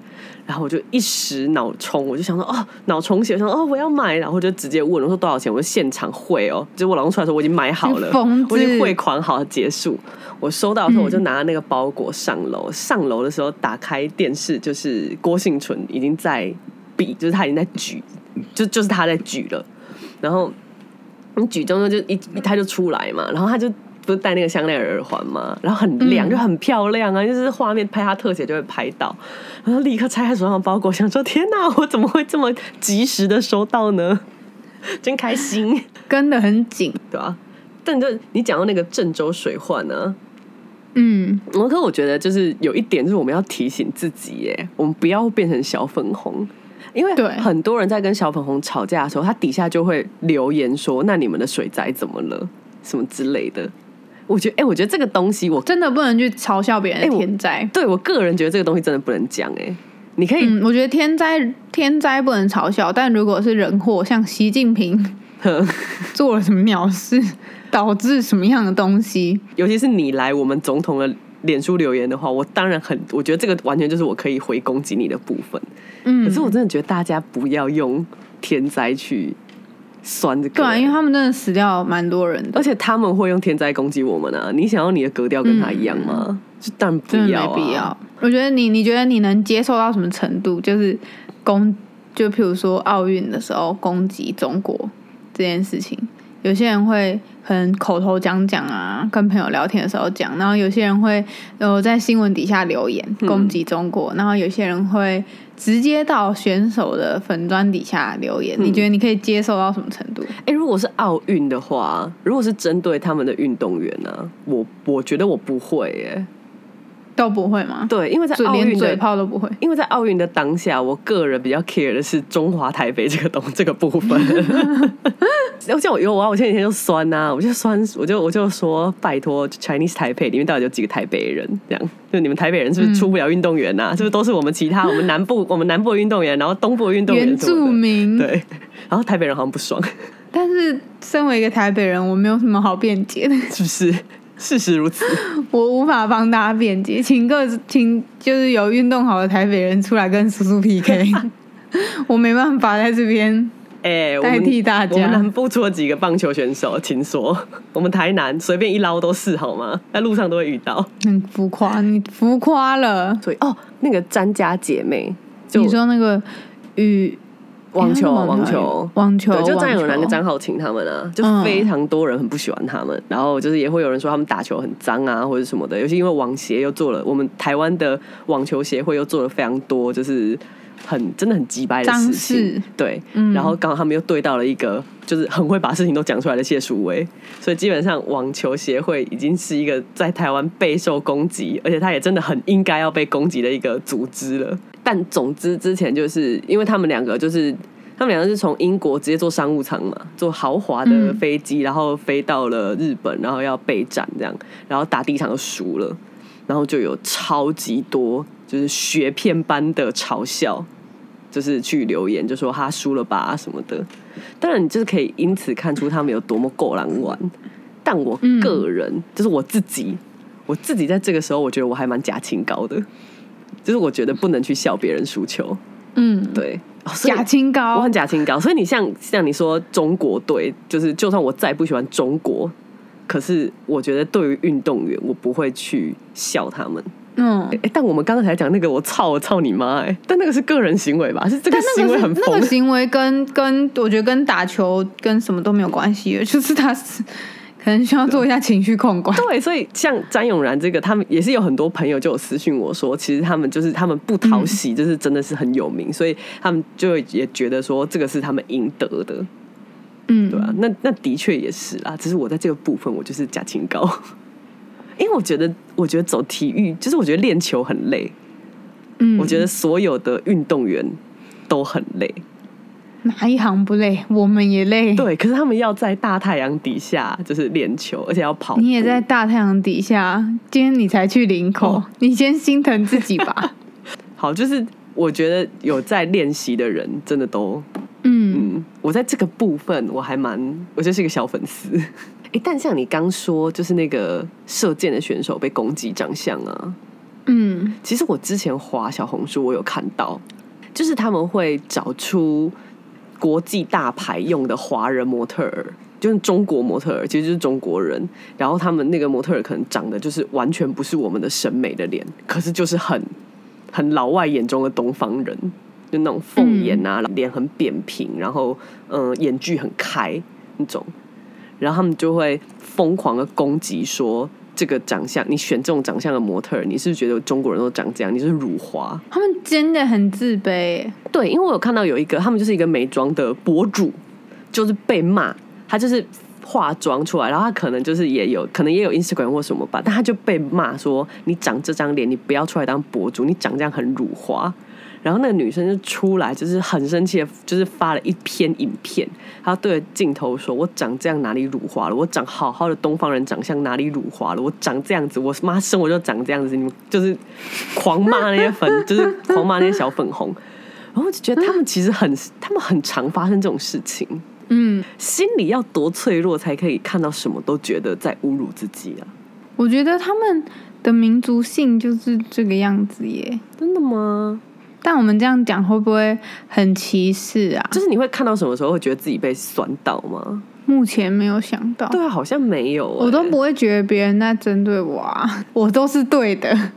Speaker 3: 然后我就一时脑冲，我就想说哦，脑充血，我想说哦我要买，然后我就直接问我说多少钱，我就现场汇哦，就是我老公出来的时候我已经买好了
Speaker 2: 你疯，
Speaker 3: 我已
Speaker 2: 子嗯
Speaker 3: 经汇款好结束。我收到的时候我就拿那个包裹上楼，上楼的时候打开电视，就是郭幸存已经在比，就是他已经在举，就就是他在举了，然后。你举中中就一一他就出来嘛，然后他就不是戴那个香奈儿耳环嘛，然后很亮，
Speaker 2: 嗯
Speaker 3: 就很漂亮啊，就是画面拍他特写就会拍到，然后立刻拆开手上的包裹，想说天哪，我怎么会这么及时的收到呢？ 真开心，
Speaker 2: 跟得很紧。
Speaker 3: 对吧、但就你讲到那个郑州水患呢、
Speaker 2: 嗯，
Speaker 3: 我可我觉得就是有一点，就是我们要提醒自己，耶，我们不要变成小粉红，因为
Speaker 2: 对
Speaker 3: 很多人在跟小粉红吵架的时候，他底下就会留言说：“那你们的水灾怎么了？什么之类的。”我觉得，哎、我觉得这个东西我，
Speaker 2: 真的不能去嘲笑别人
Speaker 3: 哎
Speaker 2: 的
Speaker 3: 我
Speaker 2: 天灾。
Speaker 3: 对我个人觉得这个东西真的不能讲，哎，你可以，
Speaker 2: 嗯，我觉得天灾天灾不能嘲笑，但如果是人祸，像习近平
Speaker 3: 呵
Speaker 2: 做了什么鸟事，导致什么样的东西，
Speaker 3: 尤其是你来我们总统的脸书留言的话，我当然很，我觉得这个完全就是我可以回攻击你的部分。
Speaker 2: 嗯，
Speaker 3: 可是我真的觉得大家不要用天灾去酸这个，
Speaker 2: 对啊，
Speaker 3: 哎
Speaker 2: 因为他们真的死掉蛮多人的
Speaker 3: 而，且他们会用天灾攻击我们啊！你想要你的格调跟他一样吗？就当然不
Speaker 2: 嗯真的
Speaker 3: 要、啊，
Speaker 2: 没必要。。我觉得你，你觉得你能接受到什么程度？就是攻，就譬如说奥运的时候攻击中国这件事情，有些人会可能口头讲讲啊，跟朋友聊天的时候讲，然后有些人会呃在新闻底下留言攻击中国，
Speaker 3: 嗯
Speaker 2: 然后有些人会直接到选手的粉砖底下留
Speaker 3: 嗯
Speaker 2: 言。你觉得你可以接受到什么程度？
Speaker 3: 哎、如果是奥运的话，如果是针对他们的运动员呢、啊，我我觉得我不会耶、
Speaker 2: 都不会吗？
Speaker 3: 对，因为在
Speaker 2: 嘴
Speaker 3: 奥
Speaker 2: 连
Speaker 3: 运
Speaker 2: 嘴
Speaker 3: 的，
Speaker 2: 炮都不会。
Speaker 3: 因为在奥运的当下，我个人比较 care 的是中华台北这个东这个部分。 我像我有啊，我前几天就酸呐、我就酸，我就我就说拜托 Chinese 台北里面到底有几个台北人？这样就你们台北人是不是出不了运动员呐、啊是不是都是我们其他我们南部 我们南部的运动员，然后东部的运动员
Speaker 2: 原
Speaker 3: 什么的
Speaker 2: 住民，
Speaker 3: 对，然后台北人好像不爽，
Speaker 2: 但是身为一个台北人，我没有什么好辩解的，
Speaker 3: 是不是？事实如此，
Speaker 2: 我无法帮大家辩解，请各请就是有运动好的台北人出来跟叔叔 PK，我没办法在这边。
Speaker 3: 哎、我
Speaker 2: 代
Speaker 3: 们
Speaker 2: 替大家
Speaker 3: 我们南部出了几个棒球选手，请说。我们台南随便一捞都是好吗？在路上都会遇到。
Speaker 2: 很浮夸，你浮夸了。
Speaker 3: 所以哦，那个詹家姐妹，就
Speaker 2: 你说那个羽
Speaker 3: 网球，啊
Speaker 2: 哎
Speaker 3: 网
Speaker 2: 他是
Speaker 3: 球，
Speaker 2: 网球，
Speaker 3: 对，就张
Speaker 2: 网
Speaker 3: 友
Speaker 2: 球
Speaker 3: 南跟张浩晴他们啊，就
Speaker 2: 嗯
Speaker 3: 非常多人很不喜欢他们，然后就是也会有人说他们打球很脏啊，或者什么的。尤其因为网协又做了，我们台湾的网球协会又做了非常多，就是很真的很鸡掰的
Speaker 2: 张
Speaker 3: 事情
Speaker 2: 氏。
Speaker 3: 对，
Speaker 2: 嗯
Speaker 3: 然后刚好他们又对到了一个就是很会把事情都讲出来的谢淑薇，所以基本上网球协会已经是一个在台湾备受攻击，而且他也真的很应该要被攻击的一个组织了。但总之之前就是因为他们两个就是。他们两个是从英国直接坐商务舱嘛，坐豪华的
Speaker 2: 嗯
Speaker 3: 飞机，然后飞到了日本，然后要备战这样，然后打第一场就输了，然后就有超级多就是雪片般的嘲笑，就是去留言就说他输了吧什么的。当然，你就是可以因此看出他们有多么够狼玩。但我个人、
Speaker 2: 嗯
Speaker 3: 就是我自己，我自己在这个时候，我觉得我还蛮假清高的，就是我觉得不能去笑别人输球。
Speaker 2: 嗯，
Speaker 3: 对，哦、所以
Speaker 2: 假清
Speaker 3: 我
Speaker 2: 高
Speaker 3: 很，假清高，所以你像像你说中国队，就是就算我再不喜欢中国，可是我觉得对于运动员，我不会去笑他们。
Speaker 2: 嗯，
Speaker 3: 哎、但我们刚才讲那个，我操，我操你妈！哎，但那个是个人行为吧？是这个
Speaker 2: 但
Speaker 3: 行
Speaker 2: 那
Speaker 3: 为
Speaker 2: 个
Speaker 3: 很
Speaker 2: 是
Speaker 3: 疯。
Speaker 2: 那个行为跟跟我觉得跟打球跟什么都没有关系，就是他是可能需要做一下情绪控管。
Speaker 3: 对，所以像詹永然这个，他们也是有很多朋友就有私讯我说，其实他们就是他们不讨喜，
Speaker 2: 嗯
Speaker 3: 就是真的是很有名，所以他们就也觉得说这个是他们应得的，
Speaker 2: 嗯，
Speaker 3: 对吧、那那的确也是啦，只是我在这个部分我就是假清高， 因为我觉得我觉得走体育，就是我觉得练球很累，
Speaker 2: 嗯，
Speaker 3: 我觉得所有的运动员都很累，
Speaker 2: 哪一行不累，我们也累。
Speaker 3: 对，可是他们要在大太阳底下就是练球，而且要跑步，
Speaker 2: 你也在大太阳底下，今天你才去领口，
Speaker 3: 哦
Speaker 2: 你先心疼自己 吧。
Speaker 3: 好，就是我觉得有在练习的人真的都。
Speaker 2: 嗯，
Speaker 3: 嗯，我在这个部分我还蛮，我就是一个小粉 丝。哎、但像你刚说，就是那个射箭的选手被攻击长相啊，
Speaker 2: 嗯
Speaker 3: 其实我之前滑小红书，我有看到，就是他们会找出国际大牌用的华人模特儿，就是中国模特儿，其实就是中国人。然后他们那个模特儿可能长得就是完全不是我们的审美的脸，可是就是很很老外眼中的东方人，就那种凤眼啊，脸很扁平，然后嗯、呃眼距很开那种。然后他们就会疯狂的攻击说。这个长相，你选这种长相的模特儿，你是不是觉得中国人都长这样？你是辱华？
Speaker 2: 他们真的很自卑耶。
Speaker 3: 对，因为我有看到有一个，他们就是一个美妆的博主，就是被骂，他就是化妆出来，然后他可能就是也有，可能也有 Instagram 或什么吧，但他就被骂说你长这张脸，你不要出来当博主，你长这样很辱华。然后那个女生就出来，就是很生气的，就是发了一篇影片，她对着镜头说：“我长这样哪里辱华了？我长好好的东方人长相哪里辱华了？我长这样子，我妈生我就长这样子。”你们就是狂骂那些粉，就是狂骂那些小粉红。然后我就觉得他们其实很，他们很常发生这种事情，
Speaker 2: 嗯，
Speaker 3: 心里要多脆弱才可以看到什么都觉得在侮辱自己啊！
Speaker 2: 我觉得他们的民族性就是这个样子耶。
Speaker 3: 真的吗？
Speaker 2: 但我们这样讲会不会很歧视啊？
Speaker 3: 就是你会看到什么时候会觉得自己被酸到吗？
Speaker 2: 目前没有想到，
Speaker 3: 对啊，好像没有、欸，
Speaker 2: 我都不会觉得别人在针对我啊，我都是对的。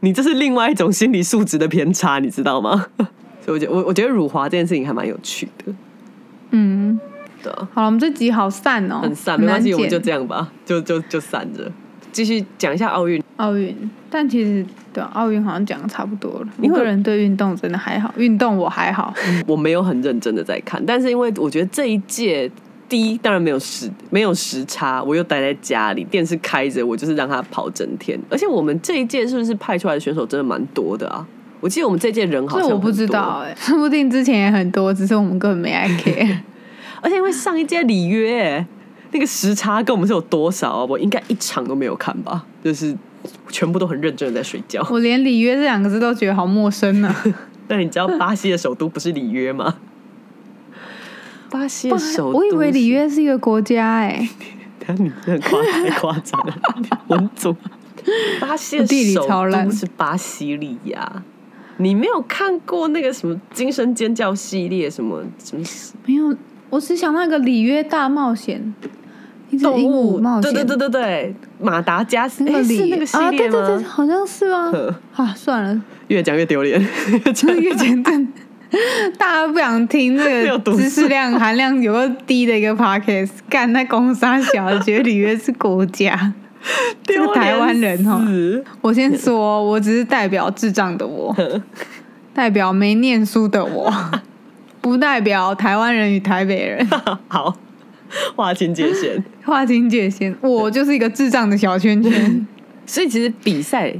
Speaker 3: 你这是另外一种心理素质的偏差，你知道吗？ 所以我觉得我我觉得辱华这件事情还蛮有趣的，
Speaker 2: 嗯，
Speaker 3: 对啊，
Speaker 2: 好了，我们这集好散哦，
Speaker 3: 很散，没关系，
Speaker 2: 很
Speaker 3: 我们
Speaker 2: 难
Speaker 3: 就
Speaker 2: 剪
Speaker 3: 这样吧，就就就散着，继续讲一下奥运。
Speaker 2: 奥运。但其实对啊奥运好像讲的差不多了，我
Speaker 3: 因为
Speaker 2: 个人对运动 真的还好，运动我还好。
Speaker 3: 我没有很认真的在看，但是因为我觉得这一届第一当然没有时没有时差，我又待在家里，电视开着，我就是让他跑整天。而且我们这一届是不是派出来的选手真的蛮多的啊？我记得我们这届人好
Speaker 2: 这
Speaker 3: 像
Speaker 2: 我不
Speaker 3: 很
Speaker 2: 知
Speaker 3: 多啊
Speaker 2: 道哎、 说不定之前也很多，只是我们根本没 爱 care。
Speaker 3: 而且因为上一届里约、欸，那个时差跟我们是有多少啊？我应该一场都没有看吧，就是全部都很认真的在睡觉。
Speaker 2: 我连里约这两个字都觉得好陌生呢、啊
Speaker 3: 但你知道巴西的首都不是里约吗？巴西的首都，
Speaker 2: 我以为里，约是一个国家哎、
Speaker 3: 但你这很夸太夸张了，文总。巴西
Speaker 2: 我地
Speaker 3: 的
Speaker 2: 理
Speaker 3: 首
Speaker 2: 超烂
Speaker 3: 都是巴西利亚。你没有看过那个什么《精神尖叫》系列，什么什么
Speaker 2: 没有，我只想到一个里约大冒险，一只
Speaker 3: 动
Speaker 2: 鹦鹉
Speaker 3: 物？
Speaker 2: 冒
Speaker 3: 对
Speaker 2: 险，
Speaker 3: 对对对对，马达加斯，
Speaker 2: 那个
Speaker 3: 哎，
Speaker 2: 里
Speaker 3: 是那个系
Speaker 2: 啊，
Speaker 3: 列
Speaker 2: 对对
Speaker 3: 吗？
Speaker 2: 对，好像是吗？啊，算了，
Speaker 3: 越讲越丢脸，
Speaker 2: 就是越简单， 大家不想听
Speaker 3: 没
Speaker 2: 这
Speaker 3: 有读
Speaker 2: 个
Speaker 3: 书
Speaker 2: 知识量含量有个低的一个 podcast，干那公沙小，觉得里约是国家。这
Speaker 3: 丢
Speaker 2: 个
Speaker 3: 脸
Speaker 2: 台湾人哦
Speaker 3: 死
Speaker 2: 我先说，我只是代表智障的我，代表没念书的我，不代表台湾人与台北人
Speaker 3: 好，划清界限。
Speaker 2: 划清界限。我就是一个智障的小圈圈。
Speaker 3: 所以其实比赛，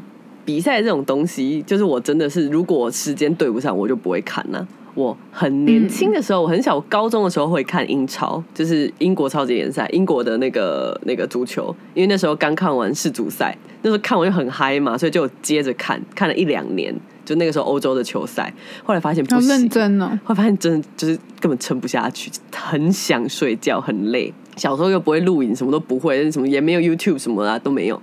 Speaker 3: 比赛这种东西，就是我真的是，如果我时间对不上，我就不会看了、我很年轻的时候，我很小，我高中的时候会看英超，就是英国超级联赛，英国的那个那个足球，因为那时候刚看完世足赛，那时候看完就很嗨嘛，所以就接着看，看了一两年，就那个时候欧洲的球赛，后来发现
Speaker 2: 好
Speaker 3: 不
Speaker 2: 认
Speaker 3: 行，
Speaker 2: 真哦，
Speaker 3: 会发现真的就是根本撑不下去，很想睡觉，很累。小时候又不会录影，什么都不会，什么也没有 YouTube 什么的啊、都没有，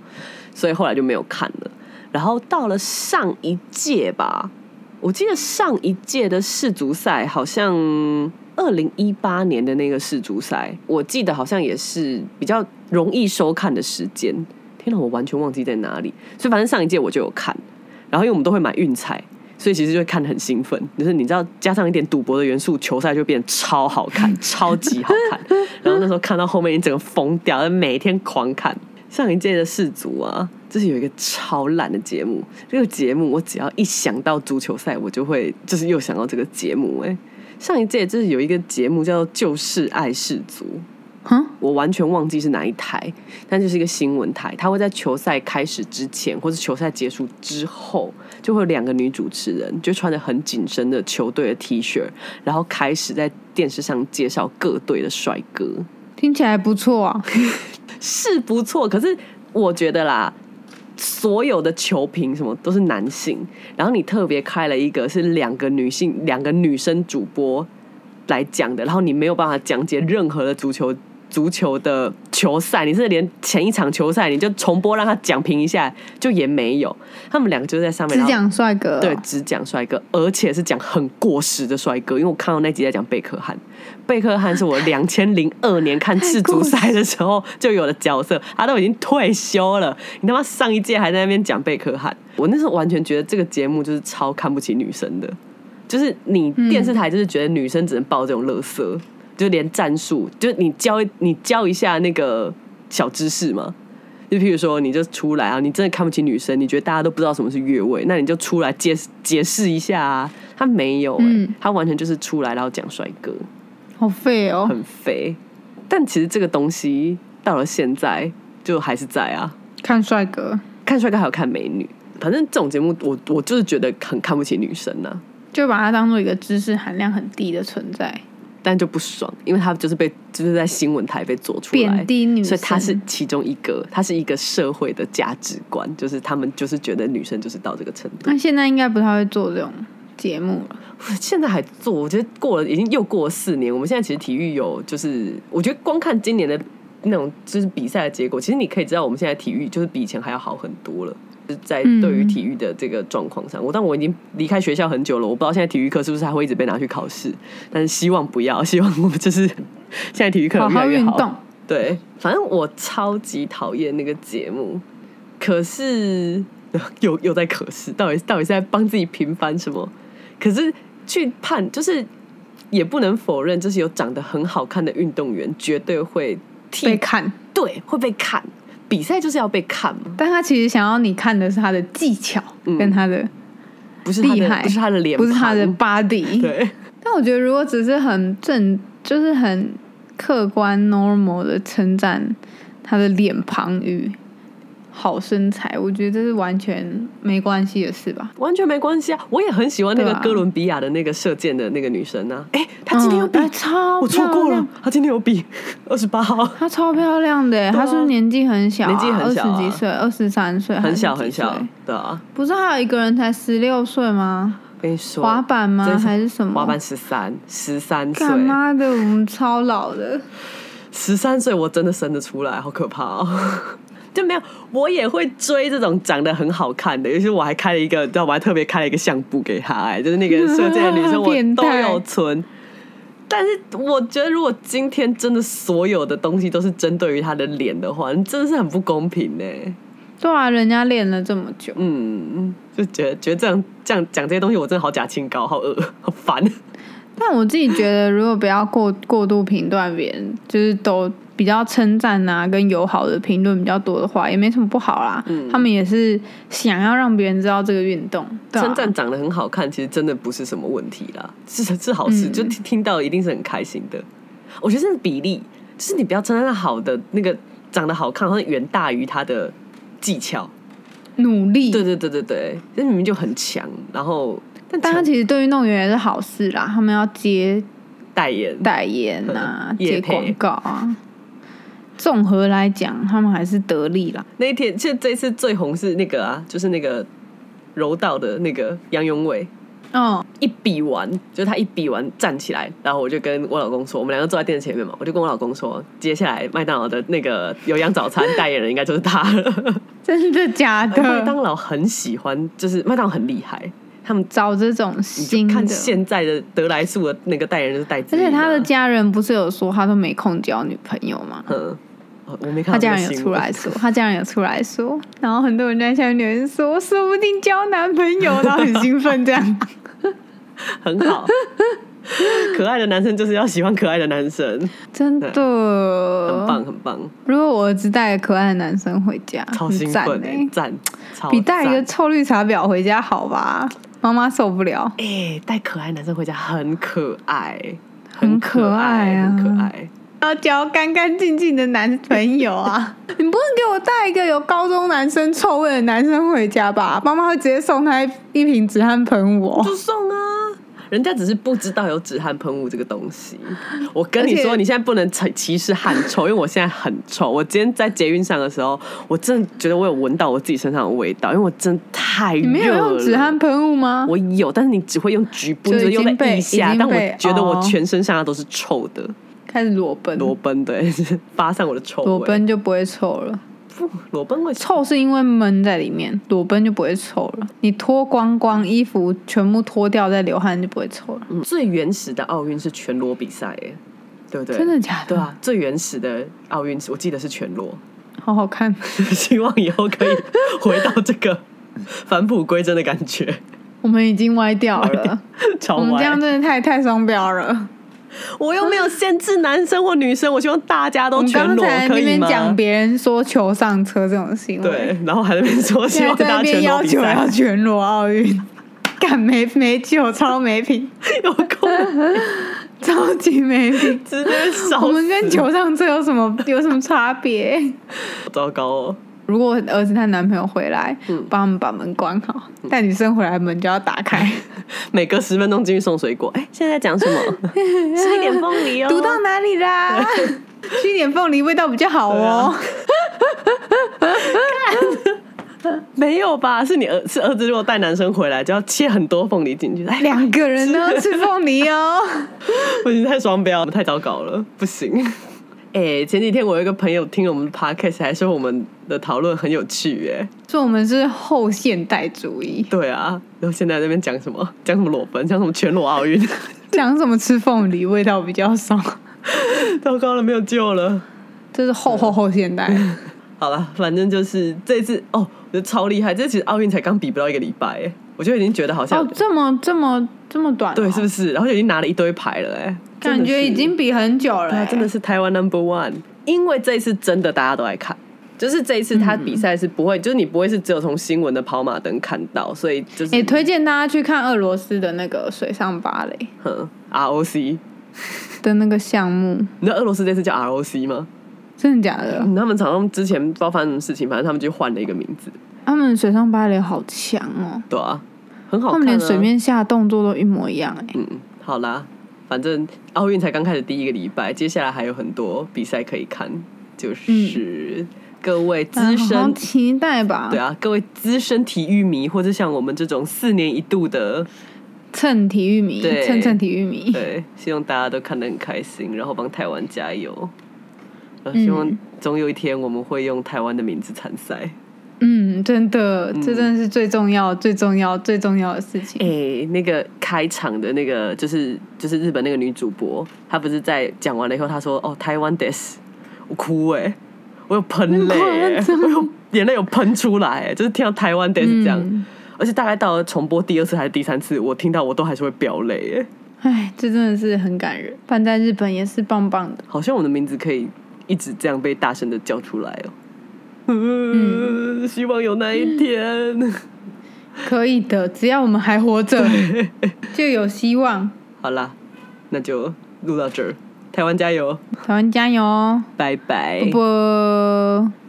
Speaker 3: 所以后来就没有看了。然后到了上一届吧，我记得上一届的世足赛好像二零一八年的那个世足赛，我记得好像也是比较容易收看的时间。天哪，我完全忘记在哪里。所以反正上一届我就有看，然后因为我们都会买运彩，所以其实就会看得很兴奋。就是你知道，加上一点赌博的元素，球赛就变得超好看，超级好看。然后那时候看到后面，你整个疯掉，每天狂看。上一届的世足啊，就是有一个超烂的节目。这个节目我只要一想到足球赛，我就会就是又想到这个节目、哎，上一届就是有一个节目叫《做《就是爱世足》，
Speaker 2: 哼，
Speaker 3: 我完全忘记是哪一台，但就是一个新闻台，它会在球赛开始之前或是球赛结束之后，就会有两个女主持人就穿着很紧身的球队的 T 恤，然后开始在电视上介绍各队的帅哥，
Speaker 2: 听起来不错啊。
Speaker 3: 是不错，可是我觉得啦。所有的球评什么都是男性，然后你特别开了一个是两个女性、两个女生主播来讲的，然后你没有办法讲解任何的足球足球的球赛，你是连前一场球赛你就重播让他讲评一下，就也没有。他们两个就在上面
Speaker 2: 只
Speaker 3: 然后
Speaker 2: 讲帅哥、啊
Speaker 3: 对，，只讲帅哥，而且是讲很过时的帅哥。因为我看到那集在讲贝克汉，贝克汉是我两千零二年看世足赛的时候就有的角色，他都已经退休了。你他妈上一届还在那边讲贝克汉，我那时候完全觉得这个节目就是超看不起女生的，就是你电视台就是觉得女生只能报这种乐色，就连战术，就是你教你教一下那个小知识嘛。就譬如说，你就出来啊，你真的看不起女生，你觉得大家都不知道什么是越位，那你就出来解解释一下啊。他没有、欸，
Speaker 2: 嗯
Speaker 3: 他完全就是出来然后讲帅哥，
Speaker 2: 好废哦。
Speaker 3: 很肥。但其实这个东西到了现在就还是在啊，
Speaker 2: 看帅哥
Speaker 3: 看帅哥还有看美女，反正这种节目我我就是觉得很看不起女生啊呐、
Speaker 2: 就把它当做一个知识含量很低的存在，
Speaker 3: 但就不爽，因为他就是被就是在新闻台被做出来
Speaker 2: 贬，低女生。
Speaker 3: 所以他是其中一个，他是一个社会的价值观，就是他们就是觉得女生就是到这个程度
Speaker 2: 那。现在应该不太会做这种节目了。
Speaker 3: 现在还做，我觉得过了已经又过了四年。我们现在其实体育有，就是我觉得光看今年的那种就是比赛的结果，其实你可以知道我们现在体育就是比以前还要好很多了。就是在
Speaker 2: 嗯
Speaker 3: 对于体育的这个状况上，我但我已经离开学校很久了，我不知道现在体育课是不是还会一直被拿去考试，但是希望不要，希望我们就是现在体育课有
Speaker 2: 好
Speaker 3: 越来
Speaker 2: 好
Speaker 3: 越
Speaker 2: 运
Speaker 3: 好。嗯
Speaker 2: 动，
Speaker 3: 对，反正我超级讨厌那个节目，可是 又又在可是，到底到底是在帮自己平反什么？可是去判，就是也不能否认，就是有长得很好看的运动员，绝对会
Speaker 2: 被
Speaker 3: 替
Speaker 2: 看。
Speaker 3: 对会被看，比赛就是要被看嘛，
Speaker 2: 但他其实想要你看的是他的技巧
Speaker 3: 嗯
Speaker 2: 跟他的，
Speaker 3: 不是他
Speaker 2: 厉
Speaker 3: 的
Speaker 2: 害
Speaker 3: 不是他的脸
Speaker 2: 不
Speaker 3: 盘，
Speaker 2: 是他的 body。
Speaker 3: 对，
Speaker 2: 但我觉得如果只是很正，就是很客观 normal 的称赞他的脸庞与好身材，我觉得这是完全没关系的事吧。
Speaker 3: 完全没关系啊！我也很喜欢那个
Speaker 2: 对啊
Speaker 3: 哥伦比亚的那个射箭的那个女生啊。哎、她今天有
Speaker 2: 嗯
Speaker 3: 比，
Speaker 2: 哎超
Speaker 3: 我错过
Speaker 2: 漂
Speaker 3: 了
Speaker 2: 亮，
Speaker 3: 她今天有比二十八号，
Speaker 2: 她超漂亮的、她是不是年纪很小啊、
Speaker 3: 啊年纪很小啊
Speaker 2: 二十几岁，二十三岁，
Speaker 3: 很小
Speaker 2: 还嗯
Speaker 3: 很
Speaker 2: 是几
Speaker 3: 小
Speaker 2: 岁，
Speaker 3: 对啊。
Speaker 2: 不是还有一个人才十六岁吗？
Speaker 3: 跟你说，
Speaker 2: 滑板吗
Speaker 3: 真
Speaker 2: 还是什么
Speaker 3: 滑板十三，十三岁，
Speaker 2: 干妈的，我们超老的。
Speaker 3: 十三岁我真的生得出来，好可怕哦！ 就没有，我也会追这种长得很好看的，尤其是我还开了一个，你知道，我还特别开了一个相簿给她、哎，就是 那个射箭的女生，我
Speaker 2: 变
Speaker 3: 都
Speaker 2: 态
Speaker 3: 有存。但是我觉得，如果今天真的所有的东西都是针对于她的脸的话，你真的是很不公平呢、
Speaker 2: 对啊，人家练了这么久，
Speaker 3: 嗯，就觉得觉得这样这样讲这些东西，我真的好假清高，好恶，好烦。
Speaker 2: 但我自己觉得，如果不要过过度评断别人，就是都比较称赞啊，跟友好的评论比较多的话，也没什么不好啦。
Speaker 3: 嗯
Speaker 2: 他们也是想要让别人知道这个运动，对啊
Speaker 3: 称赞长得很好看，其实真的不是什么问题啦，是是好事，
Speaker 2: 嗯
Speaker 3: 就听听到一定是很开心的。我觉得这是比例，就是你不要称赞他好的那个长得好看，好像远大于他的技巧。
Speaker 2: 努力。
Speaker 3: 对对对对对，那明明就很强，然后但
Speaker 2: 但他其实对运动员也是好事啦，他们要接
Speaker 3: 代言，
Speaker 2: 代言 啊，
Speaker 3: 嗯业
Speaker 2: 接
Speaker 3: 配
Speaker 2: 广告啊。综合来讲，他们还是得利啦。
Speaker 3: 那一天其实这次最红是那个啊，就是那个柔道的那个杨永伟，
Speaker 2: 嗯，
Speaker 3: 一比完，就是他一比完站起来，然后我就跟我老公说，我们两个坐在电视前面嘛，我就跟我老公说，接下来麦当劳的那个有氧早餐代言人应该就是他 了。
Speaker 2: 真的假
Speaker 3: 麦当
Speaker 2: 的？
Speaker 3: 劳很喜欢，就是麦当劳很厉害，他们
Speaker 2: 找这种
Speaker 3: 你就
Speaker 2: 新的，
Speaker 3: 看现在的德莱素的那个代言人是戴姿
Speaker 2: 而
Speaker 3: 颖啊，
Speaker 2: 且他的家人不是有说他都没空交女朋友吗？
Speaker 3: 嗯，我没
Speaker 2: 他
Speaker 3: 看到这
Speaker 2: 家
Speaker 3: 个
Speaker 2: 人有
Speaker 3: 新
Speaker 2: 出
Speaker 3: 闻
Speaker 2: 来说，他家人有出来说，然后很多人在下面留言说，说不定交男朋友， 然后很兴奋这样。
Speaker 3: 很 好，可爱的男生就是要喜欢可爱的男生，
Speaker 2: 真的，哦
Speaker 3: 很棒很棒，
Speaker 2: 如果我儿子带个可爱的男生回家，
Speaker 3: 超
Speaker 2: 很
Speaker 3: 兴
Speaker 2: 赞
Speaker 3: 奋
Speaker 2: 欸
Speaker 3: 哎，赞，超
Speaker 2: 比带一个
Speaker 3: 赞
Speaker 2: 臭绿茶婊回家好吧？妈妈受不了。
Speaker 3: 哎、带可爱男生回家很可爱，
Speaker 2: 很可爱啊
Speaker 3: 很可爱。
Speaker 2: 要交干干净净的男朋友啊！ 你不能给我带一个有高中男生臭味的男生回家吧？妈妈会直接送他一一瓶止汗喷哦 我。
Speaker 3: 就送啊！人家只是不知道有止汗喷雾这个东西。我跟你
Speaker 2: 而且
Speaker 3: 说，你现在不能歧歧视汗 臭，因为我现在很臭。我今天在捷运上的时候，我真的觉得我有闻到我自己身上的味道，因为我真的太热了。
Speaker 2: 你没有用止汗喷雾吗？
Speaker 3: 我有，但是你只会用局部，
Speaker 2: 就
Speaker 3: 只
Speaker 2: 已经
Speaker 3: 用在腋
Speaker 2: 被
Speaker 3: 下。
Speaker 2: 已经
Speaker 3: 但
Speaker 2: 被
Speaker 3: 我觉得我
Speaker 2: 哦
Speaker 3: 全身上下都是臭的，
Speaker 2: 开始裸奔，
Speaker 3: 裸奔对， 发散我的臭味。
Speaker 2: 裸奔就不会臭了。
Speaker 3: 不，裸奔会
Speaker 2: 臭是因为闷在里面，裸奔就不会臭了。你脱光光衣服全部脱掉再流汗就不会臭了。
Speaker 3: 嗯最原始的奥运是全裸比赛，哎，对不对？
Speaker 2: 真的假的？
Speaker 3: 对啊，最原始的奥运是我记得是全裸，
Speaker 2: 好好看。
Speaker 3: 希望以后可以回到这个返璞归真的感觉。
Speaker 2: 我们已经歪掉
Speaker 3: 歪掉
Speaker 2: 了，
Speaker 3: 超
Speaker 2: 我们这样
Speaker 3: 歪！
Speaker 2: 真的太太双标了。
Speaker 3: 我又没有限制男生或女生，我希望大家
Speaker 2: 我
Speaker 3: 都
Speaker 2: 们
Speaker 3: 全
Speaker 2: 刚
Speaker 3: 裸，
Speaker 2: 才
Speaker 3: 可
Speaker 2: 那
Speaker 3: 以
Speaker 2: 边讲
Speaker 3: 吗？
Speaker 2: 别人说求上车这种行为，
Speaker 3: 对，然后还在那边说希
Speaker 2: 现 在
Speaker 3: 望
Speaker 2: 在
Speaker 3: 大家
Speaker 2: 那边要
Speaker 3: 全裸比
Speaker 2: 求
Speaker 3: 赛
Speaker 2: 要，全裸奥运， 干没没救，超没品，
Speaker 3: 有空
Speaker 2: 超级没品。
Speaker 3: 直接少。
Speaker 2: 我们跟球上车有什么有什么差别？
Speaker 3: 糟糕哦，
Speaker 2: 如果儿子她男朋友回来
Speaker 3: 嗯，
Speaker 2: 帮他们把门关好，带女生回来门就要打开，
Speaker 3: 每隔十分钟进去送水果。哎，现在在讲什 么？吃一点凤梨哦，
Speaker 2: 读到哪里 啦？吃一点凤梨味道比较好哦。
Speaker 3: 没有吧？是你儿是儿子，如果带男生回来，就要切很多凤梨进去。哎，
Speaker 2: 两个人呢吃凤梨哦，
Speaker 3: 不行，太双标，太糟糕了，不行。哎、前几天我有一个朋友听了我们的 podcast，还说我们的讨论很有趣、哎，
Speaker 2: 说我们是后现代主义，
Speaker 3: 对啊，然后现在在那边讲什么？讲什么裸奔？讲什么全裸奥运？
Speaker 2: 讲什么吃凤梨味道比较少，
Speaker 3: 糟糕了，没有救了。
Speaker 2: 这是后后后 现代。
Speaker 3: 好了，反正就是这次哦，我觉得超厉害。这次奥运才刚比不到一个礼拜、哎，我就已经觉得好像、
Speaker 2: 哦，这么这么这么短哦、
Speaker 3: 对，是不是？然后就已经拿了一堆牌了、哎，
Speaker 2: 感
Speaker 3: 真的
Speaker 2: 觉
Speaker 3: 是
Speaker 2: 已经比很久了、欸
Speaker 3: 对啊，真的
Speaker 2: 是。
Speaker 3: 是台湾 number one，因为这一次真的大家都来看。就是这一次他比赛是不会，就是你不会是只有从新闻的跑马灯看到，所啊
Speaker 2: 哎
Speaker 3: 以就是
Speaker 2: 也推荐大家去看俄罗斯的那个水上芭蕾，
Speaker 3: 哼 ROC
Speaker 2: 的那个项目，
Speaker 3: 你知道俄罗斯这次叫 ROC 吗？
Speaker 2: 真的假的？
Speaker 3: 嗯他们常常之前不知道发生什么事情，反正他们就换了一个名字，
Speaker 2: 他们水上芭蕾好强哦，
Speaker 3: 对啊，很好
Speaker 2: 他
Speaker 3: 看、啊。
Speaker 2: 们连水，面下的动作都一模一样哎、
Speaker 3: 嗯，好啦，反正奥运才刚开始第一个礼拜，接下来还有很多比赛可以看，就是
Speaker 2: 嗯
Speaker 3: 各位资
Speaker 2: 啊好
Speaker 3: 深。
Speaker 2: 期待吧。
Speaker 3: 对啊，各位资深体育迷，或者像我们这种四年一 度的，
Speaker 2: 蹭体育迷，
Speaker 3: 对
Speaker 2: 蹭蹭体育迷。
Speaker 3: 对，希望大家都看得很开心，然后帮台湾加油。呃，
Speaker 2: 嗯
Speaker 3: 希望总有一天我们会用台湾的名字参赛。
Speaker 2: 嗯，真的，
Speaker 3: 嗯
Speaker 2: 这真的是最重要、最重要、最重要的事情。
Speaker 3: 哎、 那个开场的那个就是就是日本那个女主播，她不是在讲完了以后，她说：“哦，台湾 this。”我哭哎、我有喷泪、
Speaker 2: 那么夸
Speaker 3: 欸，
Speaker 2: 张
Speaker 3: 我有眼泪有喷出来、欸，就是听到台湾 this 这样，
Speaker 2: 嗯
Speaker 3: 而且大概到了重播第二次还是第三次，我听到我都还是会飙泪、欸，
Speaker 2: 哎，这真的是很感人。办在日本也是棒棒的，
Speaker 3: 好像我的名字可以一直这样被大声的叫出来哦。嗯，希望有那一天。
Speaker 2: 可以的，只要我们还活着， 就有希望。
Speaker 3: 好啦，那就录到这儿，台湾加油，
Speaker 2: 台湾加油哦，
Speaker 3: 哎拜拜。
Speaker 2: 波波。